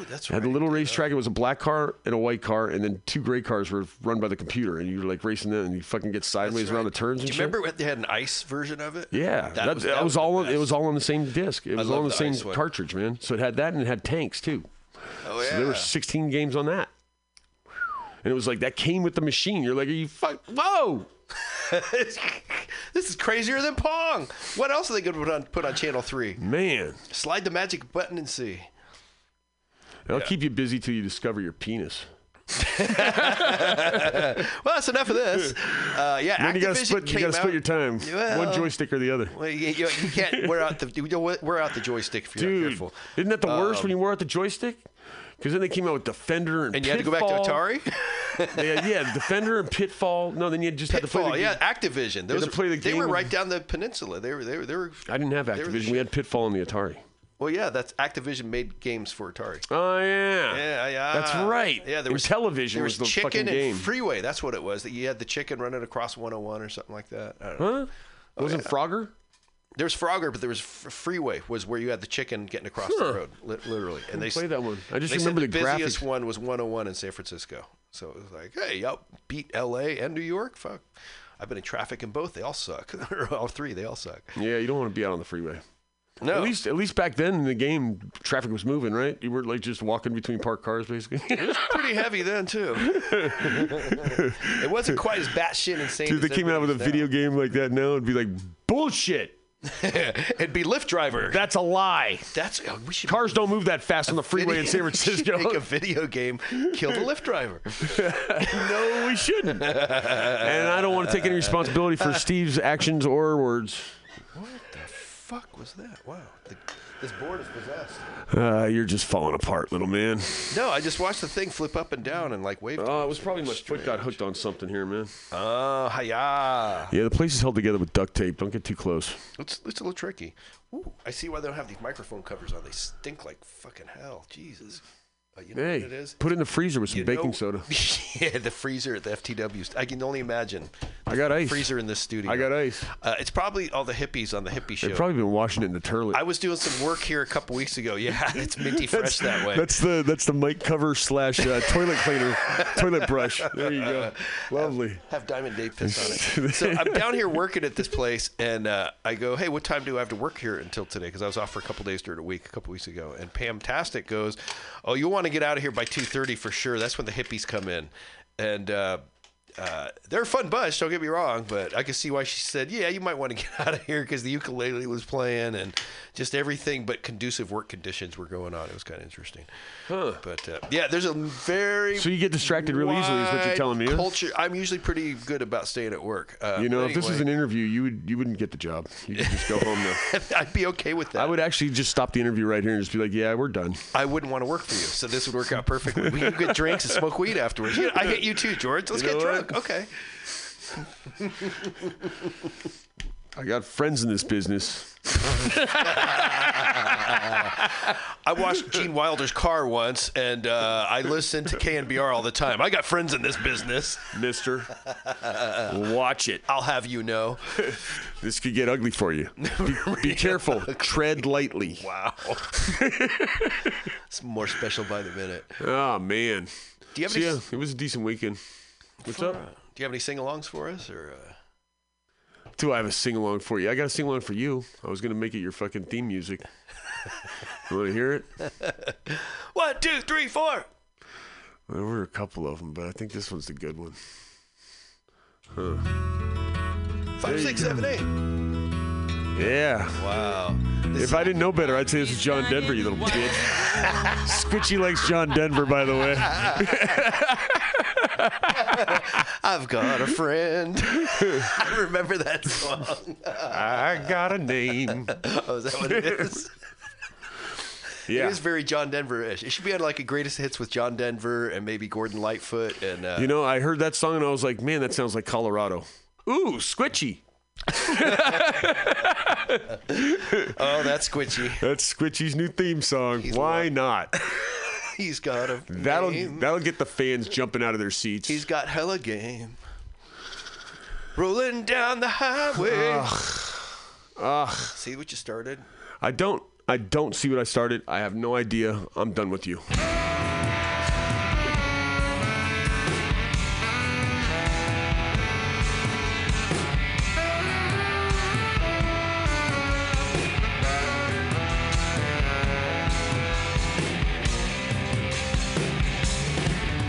[SPEAKER 4] That's
[SPEAKER 5] Had a little racetrack. It was a black car and a white car, and then two gray cars were run by the computer, and you were like racing them, and you fucking get sideways around the turns and
[SPEAKER 4] Do you
[SPEAKER 5] shit.
[SPEAKER 4] remember when they had an ice version of it?
[SPEAKER 5] Yeah, that, that was,
[SPEAKER 4] the
[SPEAKER 5] all. On, it
[SPEAKER 4] best.
[SPEAKER 5] was all on the same disc. It was
[SPEAKER 4] love
[SPEAKER 5] all on the,
[SPEAKER 4] the
[SPEAKER 5] same
[SPEAKER 4] ice one.
[SPEAKER 5] cartridge, man. So it had that, and it had tanks too. So
[SPEAKER 4] Oh yeah.
[SPEAKER 5] there were 16 games on that, and it was like that came with the machine. You're like, are you fuck? Whoa!
[SPEAKER 4] this is crazier than Pong. What else are they going to put on put on Channel Three?
[SPEAKER 5] Man,
[SPEAKER 4] Slide the magic button and see.
[SPEAKER 5] it'll keep you busy till you discover your penis.
[SPEAKER 4] Well, that's enough of this. Uh, yeah,
[SPEAKER 5] Then you gotta
[SPEAKER 4] Activision
[SPEAKER 5] split. You
[SPEAKER 4] came
[SPEAKER 5] gotta split
[SPEAKER 4] out-
[SPEAKER 5] your time.
[SPEAKER 4] Well-
[SPEAKER 5] One joystick or the other.
[SPEAKER 4] Well, you, you, you can't wear out the you know what, wear out the joystick if you're not
[SPEAKER 5] Dude,
[SPEAKER 4] careful.
[SPEAKER 5] isn't that the worst when you
[SPEAKER 4] Um,
[SPEAKER 5] wore out the joystick? Because then they came out with Defender and
[SPEAKER 4] and you had to go back to
[SPEAKER 5] Pitfall.
[SPEAKER 4] Atari.
[SPEAKER 5] They had- yeah, Defender and Pitfall. No, then you just had to play.
[SPEAKER 4] Pitfall,
[SPEAKER 5] The,
[SPEAKER 4] yeah, Activision. Those
[SPEAKER 5] to play the
[SPEAKER 4] they
[SPEAKER 5] game
[SPEAKER 4] were
[SPEAKER 5] and-
[SPEAKER 4] right down the peninsula. They were they were they were.
[SPEAKER 5] I didn't have
[SPEAKER 4] they were the
[SPEAKER 5] Activision. We had Pitfall on the Atari.
[SPEAKER 4] Well, yeah, that's Activision made games for Atari.
[SPEAKER 5] Oh yeah.
[SPEAKER 4] Yeah, yeah.
[SPEAKER 5] That's right.
[SPEAKER 4] Yeah, there
[SPEAKER 5] And
[SPEAKER 4] was
[SPEAKER 5] television
[SPEAKER 4] There
[SPEAKER 5] was
[SPEAKER 4] was,
[SPEAKER 5] the
[SPEAKER 4] chicken
[SPEAKER 5] fucking
[SPEAKER 4] and
[SPEAKER 5] game.
[SPEAKER 4] freeway. That's what it was. That you had the chicken running across 101 or something like that. I don't know.
[SPEAKER 5] Huh? Wasn't Frogger?
[SPEAKER 4] There was Frogger, but there was f- freeway was where you had the chicken getting across
[SPEAKER 5] Huh.
[SPEAKER 4] the road, li- literally. And they s-
[SPEAKER 5] play that one. I just
[SPEAKER 4] they said
[SPEAKER 5] remember
[SPEAKER 4] the,
[SPEAKER 5] the
[SPEAKER 4] busiest
[SPEAKER 5] graphics.
[SPEAKER 4] one was 101 in San Francisco. So it was like, hey, y'all beat L.A. and New York. Fuck. I've been in traffic in both. They all suck. Or all three. They all suck.
[SPEAKER 5] Yeah, you don't want to be out on the freeway.
[SPEAKER 4] No.
[SPEAKER 5] At least, at least back then in the game, traffic was moving, right? You were like just walking between parked cars, basically.
[SPEAKER 4] pretty heavy then too. it wasn't quite as batshit insane.
[SPEAKER 5] Dude,
[SPEAKER 4] as
[SPEAKER 5] they came out with a
[SPEAKER 4] everybody's
[SPEAKER 5] video game like that now, it'd be like bullshit.
[SPEAKER 4] now. It'd be Lyft driver.
[SPEAKER 5] That's a lie.
[SPEAKER 4] That's oh, we should
[SPEAKER 5] Cars don't move that fast on the freeway in San
[SPEAKER 4] we should
[SPEAKER 5] Francisco.
[SPEAKER 4] Make a video game. Kill the Lyft driver.
[SPEAKER 5] no, we shouldn't. and I don't want to take any responsibility for Steve's actions or words.
[SPEAKER 4] Fuck was that? Wow, the, this board is possessed.
[SPEAKER 5] Uh, you're just falling apart, little man.
[SPEAKER 4] No, I just watched the thing flip up and down and like wave.
[SPEAKER 5] Oh, it was probably my foot got hooked on something here, man.
[SPEAKER 4] Oh, hiya.
[SPEAKER 5] Yeah, the place is held together with duct tape. Don't get too close.
[SPEAKER 4] It's it's a little tricky. Ooh, I see why they don't have these microphone covers on. They stink like fucking hell. Jesus. Uh, you know
[SPEAKER 5] Hey,
[SPEAKER 4] what it is?
[SPEAKER 5] put it in the freezer with some
[SPEAKER 4] You
[SPEAKER 5] baking
[SPEAKER 4] know-
[SPEAKER 5] soda.
[SPEAKER 4] yeah, the freezer at the FTW. I can only imagine.
[SPEAKER 5] I got ice.
[SPEAKER 4] Freezer in this studio.
[SPEAKER 5] I got ice.
[SPEAKER 4] Uh, it's probably all the hippies on the hippie show.
[SPEAKER 5] They've probably been washing it in the toilet.
[SPEAKER 4] I was doing some work here a couple weeks ago. Yeah, it's minty fresh that way.
[SPEAKER 5] That's the that's the mic cover slash uh, toilet cleaner, toilet brush. There you go. Lovely.
[SPEAKER 4] have Diamond Dave piss on it. So I'm down here working at this place, and uh, I go, "Hey, what time do I have to work here until today?" Because I was off for a couple days during a week, a couple weeks ago. And Pam Tastic goes, "Oh, you want to get out of here by 2:30 for sure. That's when the hippies come in." And uh, uh, they're a fun bunch. Don't get me wrong, but I can see why she said, "Yeah, you might want to get out of here" because the ukulele was playing and just everything but conducive work conditions were going on. It was kind of interesting. But uh, yeah, there's a very
[SPEAKER 5] So you get distracted real easily, is what you're
[SPEAKER 4] wide
[SPEAKER 5] telling me. huh?
[SPEAKER 4] Culture. I'm usually pretty good about staying at work. Uh,
[SPEAKER 5] You know,
[SPEAKER 4] but
[SPEAKER 5] if this was an
[SPEAKER 4] anyway,
[SPEAKER 5] interview, you would you wouldn't get the job. You could just go home now.
[SPEAKER 4] I'd be okay with that.
[SPEAKER 5] I would actually just stop the interview right here and just be like, "Yeah, we're done."
[SPEAKER 4] I wouldn't want to work for you, so this would work out perfectly. We could get drinks and smoke weed afterwards. You know, I hit you too, George. Let's
[SPEAKER 5] You
[SPEAKER 4] get
[SPEAKER 5] know what?
[SPEAKER 4] drunk. Okay.
[SPEAKER 5] I got friends in this business.
[SPEAKER 4] Uh, I watched Gene Wilder's car once, and uh, I listened to KNBR all the time. I got friends in this business.
[SPEAKER 5] Mister. Watch it.
[SPEAKER 4] I'll have you know.
[SPEAKER 5] This could get ugly for you. Be, be careful. Tread lightly.
[SPEAKER 4] Wow. it's more special by the minute.
[SPEAKER 5] Oh man.
[SPEAKER 4] Do you have
[SPEAKER 5] So,
[SPEAKER 4] any?
[SPEAKER 5] yeah, it was a decent weekend. What's up?
[SPEAKER 4] Do you have any sing-alongs for us, or? Uh...
[SPEAKER 5] Do I have a sing along for you? I got a sing along for you. I was gonna make it your fucking theme music. you wanna hear it?
[SPEAKER 4] One, two, three, four.
[SPEAKER 5] There were a couple of them, but I think this one's the good one. Huh.
[SPEAKER 4] Five, six, seven, eight.
[SPEAKER 5] Yeah.
[SPEAKER 4] Wow.
[SPEAKER 5] If I didn't know better, I'd say this is John Denver, you little bitch. Squitchy likes John Denver, by the way.
[SPEAKER 4] I've got a friend. I remember that song.
[SPEAKER 5] I got a name.
[SPEAKER 4] Oh, is that what it is?
[SPEAKER 5] Yeah.
[SPEAKER 4] It is very John Denver-ish. It should be on like a greatest hits with John Denver and maybe Gordon Lightfoot and uh,
[SPEAKER 5] You know, I heard that song and I was like, man, that sounds like Colorado. Ooh, Squitchy.
[SPEAKER 4] oh, that's Squidgy.
[SPEAKER 5] That's Squitchy's new theme song. Why not?
[SPEAKER 4] He's got a
[SPEAKER 5] That'll
[SPEAKER 4] name.
[SPEAKER 5] that'll get the fans jumping out of their seats.
[SPEAKER 4] He's got hella game. Rolling down the highway.
[SPEAKER 5] Ugh.
[SPEAKER 4] See what you started?
[SPEAKER 5] I don't I don't see what I started. I have no idea. I'm done with you.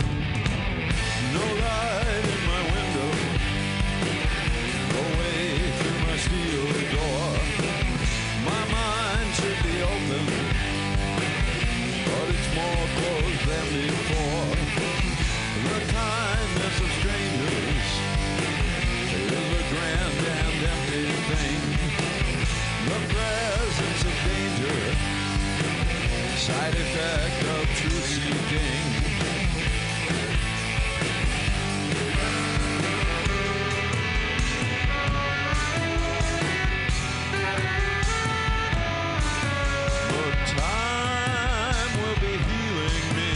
[SPEAKER 6] No light in my window. No way through my steel door. My mind should be open, but it's more closed than before. The kindness of strangers is a grand and empty thing. The presence of danger, side effect of truth seeking. But time will be healing me.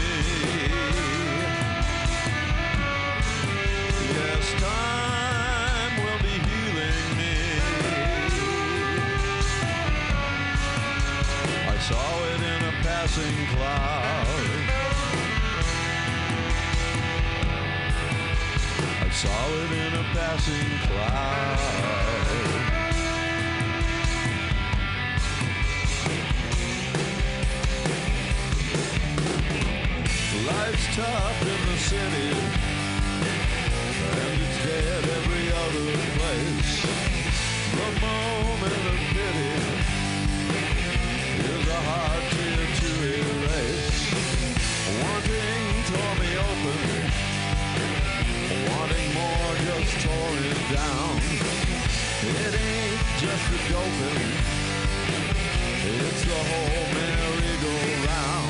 [SPEAKER 6] Yes, time will be healing me. I saw it in a passing cloud. I saw it in a passing cloud. Life's tough in the city, and it's dead every other place. The moment of pity is a hard tear to erase. Wanting tore me open, wanting more just tore it down. It ain't just the doping, it's the whole merry-go-round.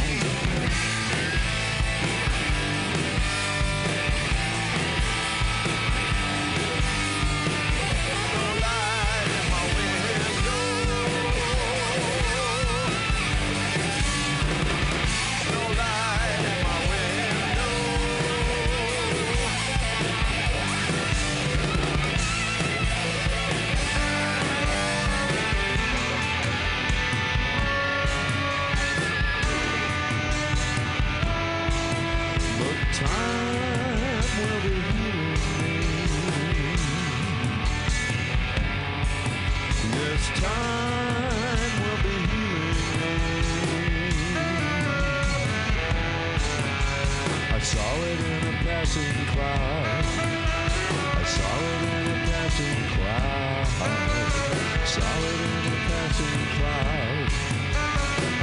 [SPEAKER 6] But time will be healing. Yes, time will be healing. I saw it in a passing cloud. I saw it in a passing cloud. Saw it in a passing cloud.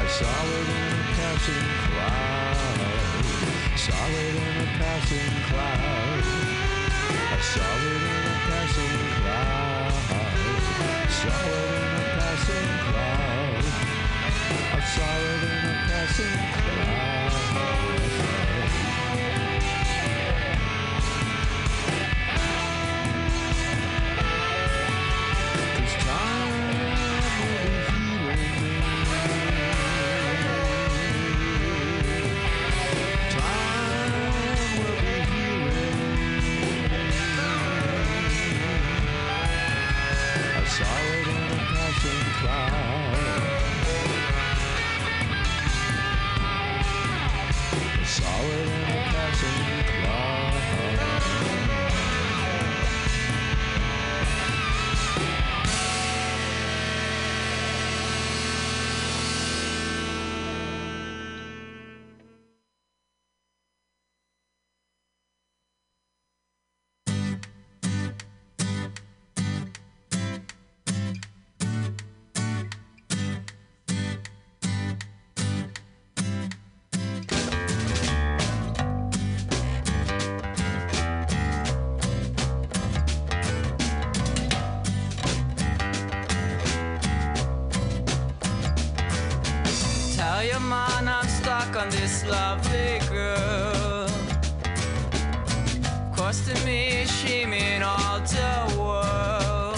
[SPEAKER 6] I saw it in a passing cloud. Saw it in a passing cloud. I saw it in a passing cloud. Saw it in a passing cloud. I saw it in a passing cloud. Cause time will be healing me. Time will be healing. I saw it in a passing cloud. I saw it in a passing cloud.
[SPEAKER 3] Tell your man I'm stuck on this lovely girl. Cause to me, she mean all the world.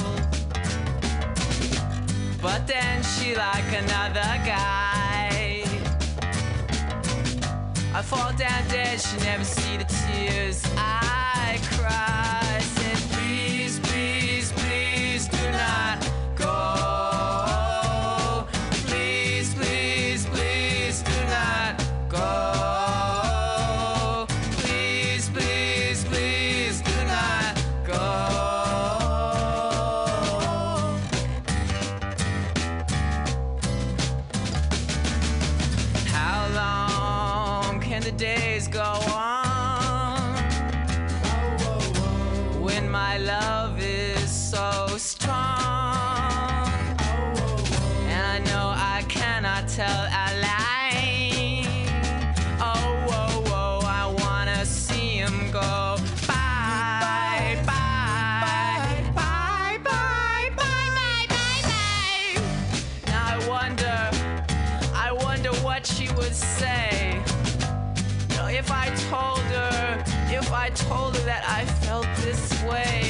[SPEAKER 3] But then she like another guy. I fall down dead, she never see the tears I cry. Said, please, please, please do not go. Please, please. Oh,
[SPEAKER 8] that I felt this way.